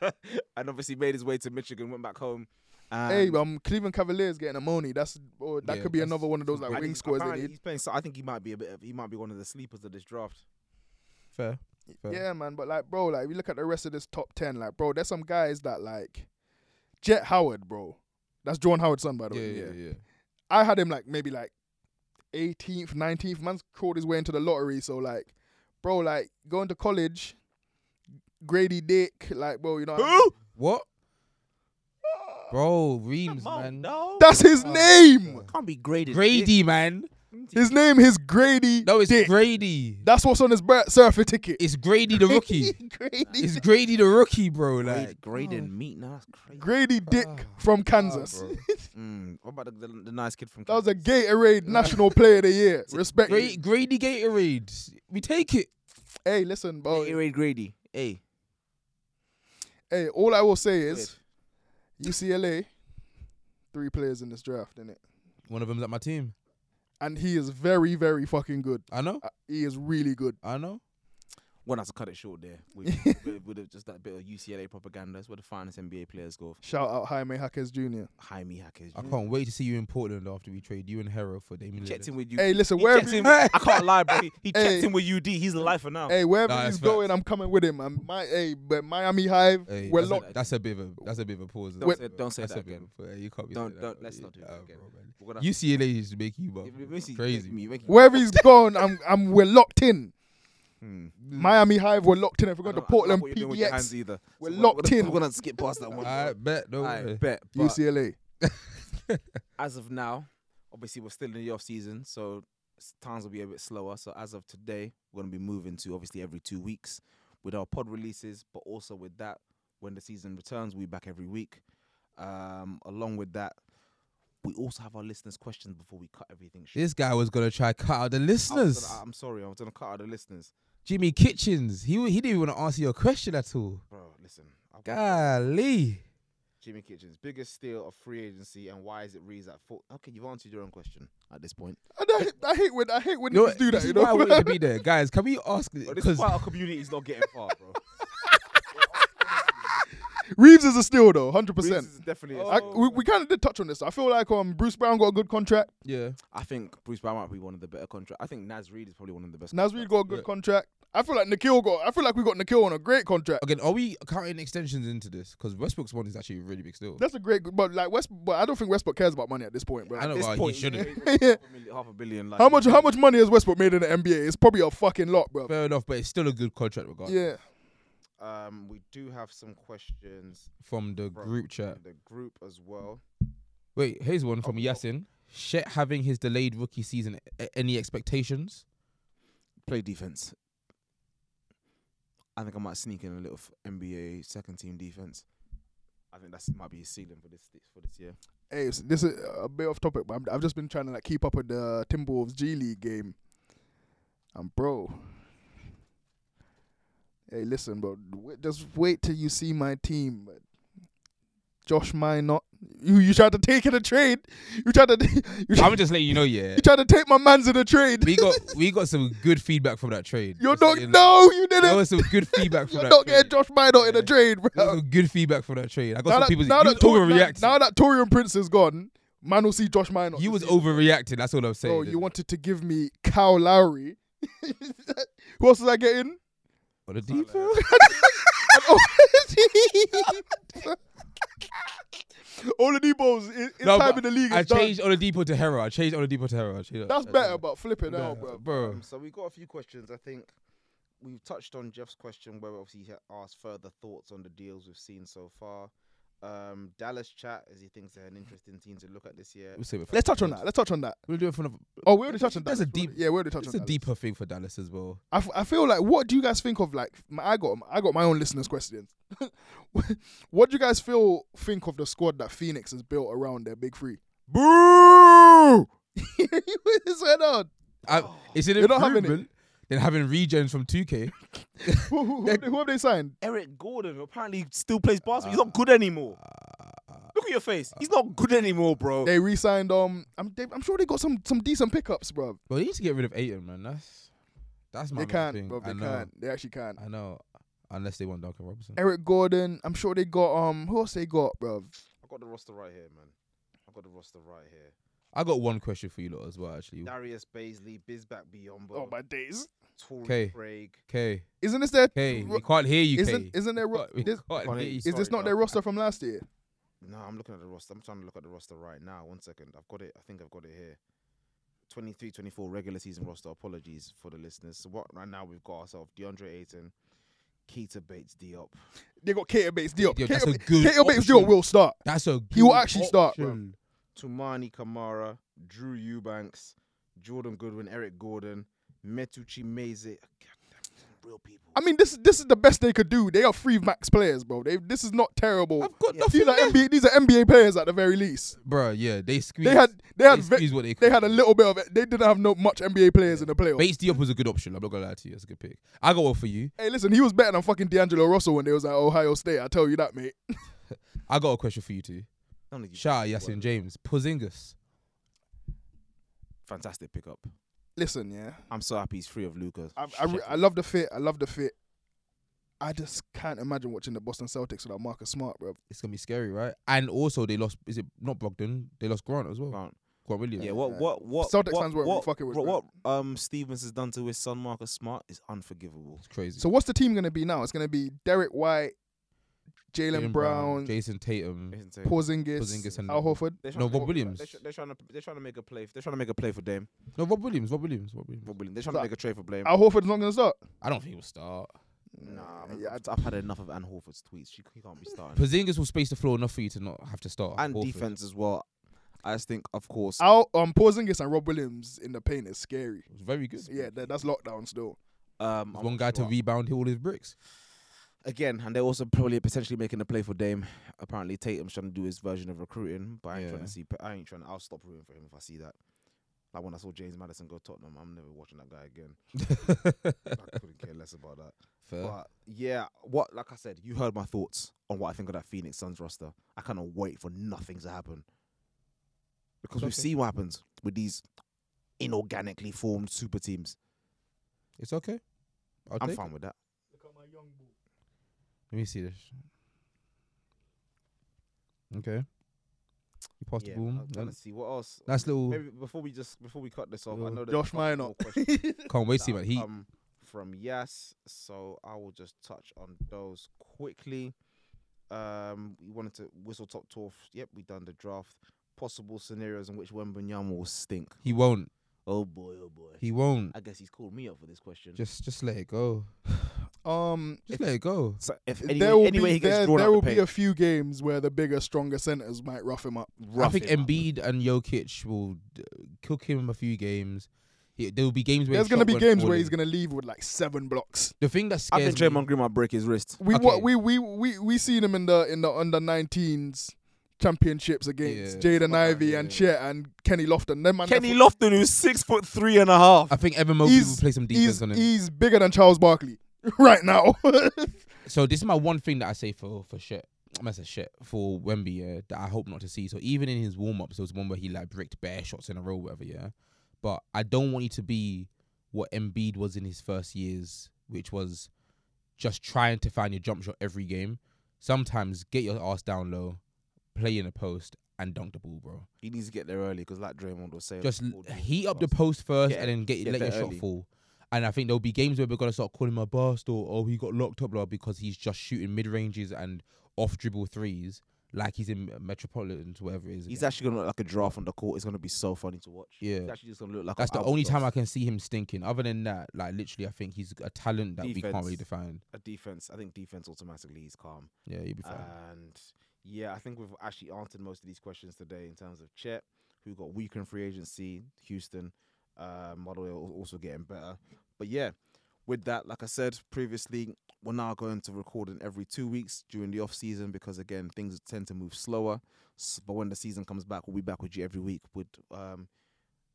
(laughs) and obviously made his way to Michigan, went back home. And Hey, um, Cleveland Cavaliers getting Amoni. That's oh, that Yeah, could be that's- another one of those I like and wing he's- scores they apparently need. He's playing, so I think he might be a bit. Of, he might be one of the sleepers of this draft. Fair. fair. Yeah, man. But like, bro, like we look at the rest of this top ten, like, bro, there's some guys that like Jet Howard, bro. That's John Howard's son, by the yeah, way. yeah, yeah. I had him like maybe like 18th, 19th. Man's crawled his way into the lottery. So like, bro, like going to college, Grady Dick, like, bro, you know. what I mean? What, bro? Reams, Come on, man. no, That's his Oh, name. God. can't be graded. Grady, man. His name is Grady. No, it's Dick. Grady. That's what's on his birth surfer ticket. It's Grady the rookie. (laughs) Grady, it's Grady the rookie, bro. Grade, Like grading meat now. That's crazy. Grady Dick from Kansas. Oh. bro. Mm, what about the, the, the nice kid from? (laughs) that was Kansas? a Gatorade National Player of the Year. Respect. Gra- Grady Gatorade. We take it. Hey, listen, bro. Grady Grady. Hey, Hey, all I will say Weird. is UCLA, three players in this draft, innit? One of them's at my team. And he is very, very fucking good. I know. Uh, He is really good. I know. one has to cut it short there (laughs) with, with, with just that bit of UCLA propaganda. That's where the finest NBA players go. Shout out Jaime Hackers Jr. Jaime Hackers. I can't wait to see you in Portland after we trade you and Hero for Damian Checked Lillard. in with you. Hey, listen, he where checked in, (laughs) I can't lie, bro. He, he checked Hey. in with UD. He's alive for now. Hey, wherever Oh, Nah, he's it's facts. going, I'm coming with him. I'm my hey, but Miami Hive, Hey, we're that's, locked. a, that's a bit of a that's a bit of a pause. Don't say- don't say that's that a bit again. of a- you can't be Don't- saying don't- that, let's yeah. not do that Oh, again. bro, man. We're gonna- UCLA is making you You- up. you- you- Crazy. you- you- Wherever he's going, I'm I'm we're locked in. Hmm. Mm. Miami Hive, we're locked in. If we're I going to don't- I don't like Portland what you're doing with your hands PDX, either. We're So locked gonna- in. We're gonna skip past that one. I bet. Don't I worry. bet. but- UCLA. (laughs) as of now, obviously we're still in the off season, so s- times will be a bit slower. So as of today, we're gonna be moving to obviously every two weeks with our pod releases, but also with that when the season returns, we'll be back every week. Um, along with that, we also have our listeners' questions before we cut everything. short. This guy was gonna try cut out the I was listeners. gonna- I'm sorry, I was gonna cut out the listeners, Jimmy Kitchens. He wa- he didn't want to answer your question at all. bro. Listen, I- Golly. Jimmy Kitchens, biggest steal of free agency, and why is it Reeves at four? Okay, you've answered your own question at this point. I, don't hate- I hate when I hate when You know niggas what? do This that. You is why I wanted to be know. there, guys. Can we ask? Bro, this is Because why our community is not getting far, (laughs) bro. (laughs) Reeves is a steal though, hundred Reeves percent. is definitely. a I, Oh, we we kind of did touch on this. I feel like um Bruce Brown got a good contract. yeah, I think Bruce Brown might be one of the better contract. I think Nas Reed is probably one of the best. Nas Reed contracts. got a good Yeah. contract. I feel like Nikhil got. I feel like we got Nikhil on a great contract. again, are we counting extensions into this? Because Westbrook's one is actually a really big steal. That's a great, but like West, but I don't think Westbrook cares about money at this point, bro. I know At this why he point, shouldn't. (laughs) he's half a million- half a billion. Like, How much? How much money has Westbrook made in the NBA? It's probably a fucking lot, bro. Fair enough, but it's still a good contract regardless. Yeah. Um, we do have some questions From the from group chat. the group as well. Wait, here's one from Yasin. Shet having his delayed rookie season. a- Any (laughs) expectations? Play defense. I think I might sneak in a little f- NBA second team defense. I think that's might be his ceiling for this for this (laughs) year. Hey, s- this is a bit off topic, but I'm, I've just been trying to like keep up with the Timberwolves G League game. And bro, hey, listen, bro, w- just wait till you see my team. man. Josh Minot, you you tried to take in a trade. You tried to (laughs) you tried, I'm just letting you know, yeah. you tried to take my man's in a trade. We got we got some good feedback from that trade. (laughs) You're Just not. letting- No, you There didn't. was some good feedback from You're that. not trade. getting Josh Minot in a Yeah. trade, There bro. was some good feedback from that trade. I got now some that, oh, people now, you that Tor- now, overreacted. now that Torian Prince is gone, Man will see Josh Minor. You was overreacting. That's all I'm saying. Bro, you wanted to give me Kyle Lowry. (laughs) Who else is I getting? oh, on a deep um, end. (laughs) All of these balls in, in No, time but in the league. I is done. changed on a depot to Hera. I changed on a depot to Hera. I changed- That's better, but flip it out, bro. bro. Um, so we got a few questions. I think we've touched on Jeff's question where obviously he had asked further thoughts on the deals we've seen so far. Um, Dallas chat as he thinks they're an interesting team to look at this year. We'll save it for- Let's touch on that. Let's touch on that. We'll do it for another. Oh, we already touched on That's Dallas. a We deep- already- Yeah, we already touched It's on a Dallas. deeper thing for Dallas as well. I, f- I feel like what do you guys think of like my- I got I got my own listeners questions. (laughs) what do you guys feel think of the squad that Phoenix has built around their big three? (laughs) Boo! what is going on? I, it's an They don't have any. improvement than having regens from 2K. Who, who, who, who have they signed? Eric Gordon apparently still plays Uh, basketball. He's not good anymore. Look at your face. He's not good anymore, bro. They re-signed. Um, I'm they, I'm sure they got some some decent pickups, bro. But they need to get rid of Aiton, man. That's that's my They main can't, thing. bro. They I know. can't. They actually can't. I know. Unless they want Duncan Robinson. Eric Gordon. I'm sure they got um. Who else they got, bro? I've got the roster right here, man. I've got the roster right here. I got one question for you lot as well, actually. Darius Baisley, Bizback Biyombo, Oh my days! Torrey Okay. Craig. K. Isn't this their? K. ro- We can't hear you, isn't K. isn't their? We Ro- can't- we this, can't Sorry, hear you. is this Sorry, not their no. roster from last year? No, I'm looking at the roster. I'm trying to look at the roster right now. One second. I've got it. I think I've got it here. 23 24 regular season roster. Apologies for the listeners. So, what right now we've got ourselves DeAndre Ayton, Keita Bates Diop. They got Kater Bates Diop. Diop, that's Kater a good Kater Bates Diop option. will start. That's a He will good actually start, bro. option. Tumani Kamara, Drew Eubanks, Jordan Goodwin, Eric Gordon, Metuchi Meze. Real people. I mean, this this is the best they could do. They got three max players, bro. They this is not terrible. I've got nothing these are left. NBA, these are NBA players at the very least. Bro, yeah, they squeezed. They had they had they ve- squeezed what they they could. had a little bit of it. They didn't have no much NBA players in the playoffs. Bates Diop was a good option. I'm not gonna lie to you. That's a good pick. I got one for you. Hey, listen, he was better than fucking D'Angelo Russell when they was at Ohio State. I tell you that, mate. I got a question for you too. None of you Shout out people Yasin were- James. Pozingus. Fantastic pickup. Listen, yeah, I'm so happy he's free of Lucas. I I, re- I love the fit. I love the fit. I just can't imagine watching the Boston Celtics without Marcus Smart, bro. It's gonna be scary, right? And also they lost is it not Brogdon? They lost Grant as well. Grant, Grant. Williams. Yeah, what, Yeah. what, what, Celtics what, fans weren't really what, fucking with what, what, um, Stevens has done to his son Marcus Smart is unforgivable. It's crazy. So what's the team gonna be now? It's gonna be Derek White, Jalen Jaylen Brown, Jason Tatum. Isn't it? Porzingis, Porzingis and- Al Horford. They're Mm. No, trying to- Rob Williams. They're, tr- they're trying to they're trying to make a play. They're trying to make a play for Dame. No, Rob Williams, Rob Williams, Rob Williams. Rob Williams. They're trying to make a trade for Blame. Al Horford's not gonna start. I don't think he'll start. Nah, I'm- yeah, I've had enough of Ann Horford's tweets. She he can't be starting. Pozingas will space the floor enough for you to not have to start. and Horford. defense as well. I just think, of course, Al um Porzingis and Rob Williams in the paint is scary. It was very good. Yeah, that, that's lockdown still. um, There's I'm one not guy to sure. rebound all his (laughs) bricks. again, and they're also probably potentially making a play for Dame. Apparently, Tatum's trying to do his version of recruiting, but I ain't trying Yeah. to see. I ain't trying. I'll stop rooting for him if I see that. Like when I saw James Madison go Tottenham, I'm never watching that guy again. I couldn't care less about that. Fair. But yeah, what like I said, you heard my thoughts on what I think of that Phoenix Suns roster. I cannot wait for nothing to happen because we've Okay. seen what happens with these inorganically formed super teams. It's okay. I'll I'm take fine with that. Let me see this. Okay. You passed Yeah, the ball. I'm trying to see what else. Nice little. Maybe before we just before we cut this off, I Little know there's Josh a couple Minor. more questions (laughs) Can't wait to see that man. He come from Yas, so I will just touch on those quickly. Um, we wanted to whistle top tour. Yep, we done the draft. Possible scenarios in which Wembenyama will stink. he won't. Oh boy, oh boy. He won't. I guess he's called me up for this question. Just just let it go. Um, Just let it go. so if there anyway, will anyway be he gets there, drawn there out will the be a few games where the bigger, stronger centers might rough him up. I think Embiid and Jokic will d- cook him a few games. He, there will be games where There's his gonna shot be won't games fall where in. he's gonna leave with like seven blocks. The thing that I scares think me. Draymond Green might break his wrist. We what Okay. we we we we seen him in the in the under 19s championships against Yeah, Jaden Ivey and Chet and Kenny Lofton. Them man, Kenny Lofton, who's six foot three and a half. I think Evan Mobley will he's, play some defense he's, on him. he's bigger than Charles Barkley (laughs) right now. So this is my one thing that I say for for shit. I'm say shit for Wemby yeah, that I hope not to see. So even in his warm ups, there was one where he like bricked bare shots in a row, whatever. Yeah, but I don't want you to be what Embiid was in his first years, which was just trying to find your jump shot every game. Sometimes get your ass down low, play in the post, and dunk the ball, bro. He needs to get there early because, like Draymond was saying, Just all l- these heat up the guys- post first Get- and then get, get let your there shot early. fall. And I think there'll be games where we're gonna start calling my bust or oh he got locked up blah because he's just shooting mid ranges and off dribble threes like he's in Metropolitans whatever it is. He's again. actually gonna look like a giraffe on the court. It's gonna be so funny to watch. He's Yeah. actually just gonna look like. That's an the only time I albatross. can see him stinking. Other than that, like literally, I think he's a talent that we can't really Defense. define. A defense. I think defense automatically is calm. Yeah, he'd be fine. And yeah, I think we've actually answered most of these questions today in terms of Chet, who got weaker in free agency, Houston, uh, model also getting better. But yeah, with that, like I said previously, we're now going to record in every two weeks during the off season because again things tend to move slower. S- But when the season comes back, we'll be back with you every week with um,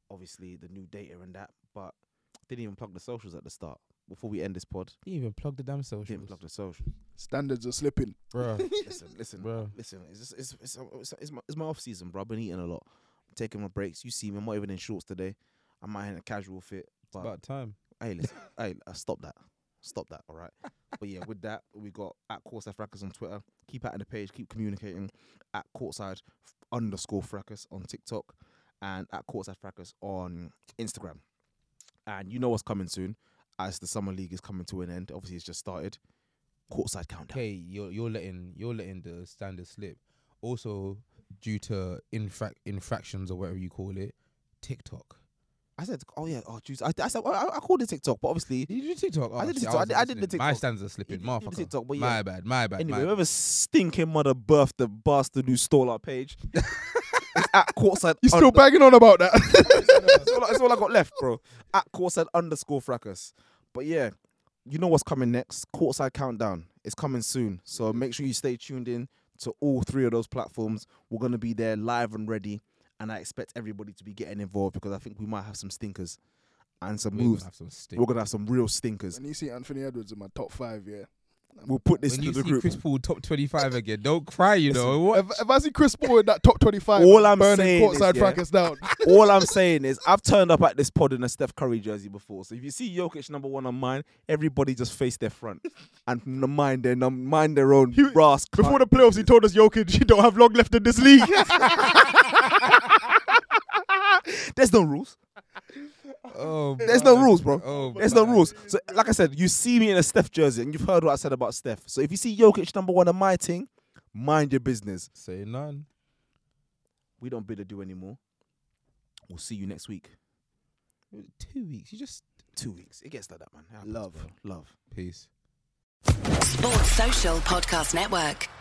obviously the new data and that. But didn't even plug the socials at the start. Before we end this pod, He even plugged the damn socials. didn't plug the socials. Standards are slipping. Bruh. (laughs) listen, listen, Bruh. listen. It's, just, it's, it's, it's, it's, my, it's my off season, bro. I've been eating a lot. I'm taking my breaks. You see me. I'm not even in shorts today. I might in a casual fit. But About time. hey, listen, (laughs) hey, uh, stop that. Stop that, all right? but yeah, with that, we got at Courtside Fracas on Twitter. Keep out of the page. Keep communicating. At Courtside underscore Fracas on TikTok and at Courtside Fracas on Instagram. And you know what's coming soon as the Summer League is coming to an end. Obviously, it's just started. Courtside Countdown. Okay, you're you're letting you're letting the standard slip. Also, due to infrac- infractions or whatever you call it, TikTok. I said, oh yeah, oh Tuesday. I, I said, I, I called it TikTok, but obviously, Did you do TikTok? Oh, I did shit, TikTok. I wasn't did- I did the listening. My TikTok. standards are slipping. You did- you Motherfucker. did TikTok, but My yeah. bad. My bad. anyway, my bad. whoever stinking mother birthed the bastard who stole our (laughs) page, it's at courtside. You still under- banging on about that? (laughs) it's, all, it's all I got left, bro. At courtside underscore fracas. But yeah, you know what's coming next? Courtside countdown. It's coming soon. So make sure you stay tuned in to all three of those platforms. We're gonna be there live and ready, and I expect everybody to be getting involved because I think we might have some stinkers and some We're moves. gonna have some stick. We're gonna have some real stinkers. and you see Anthony Edwards in my top five, yeah. We'll put this When to you the see group. Chris Paul top twenty five again, (laughs) don't cry. You know what? If, if I see Chris Paul in that top 25, All I'm burning saying is, courtside yeah. fracas (laughs) down. All I'm saying is I've turned up at this pod in a Steph Curry jersey before. So if you see Jokic number one on mine, everybody just face their front and n- mind their num- mind their own He- brass. Before the playoffs, he told us, Jokic, you don't have long left in this league. there's no rules. Oh, There's no man. rules, bro. Oh, There's no man. rules. So like I said, you see me in a Steph jersey and you've heard what I said about Steph. So if you see Jokic number one on my thing, mind your business. Say none. We don't bid adieu anymore. We'll see you next week. Two weeks. You just Two weeks. It gets like that, man. It happens, Love. bro. Love. peace. Sports Social Podcast Network.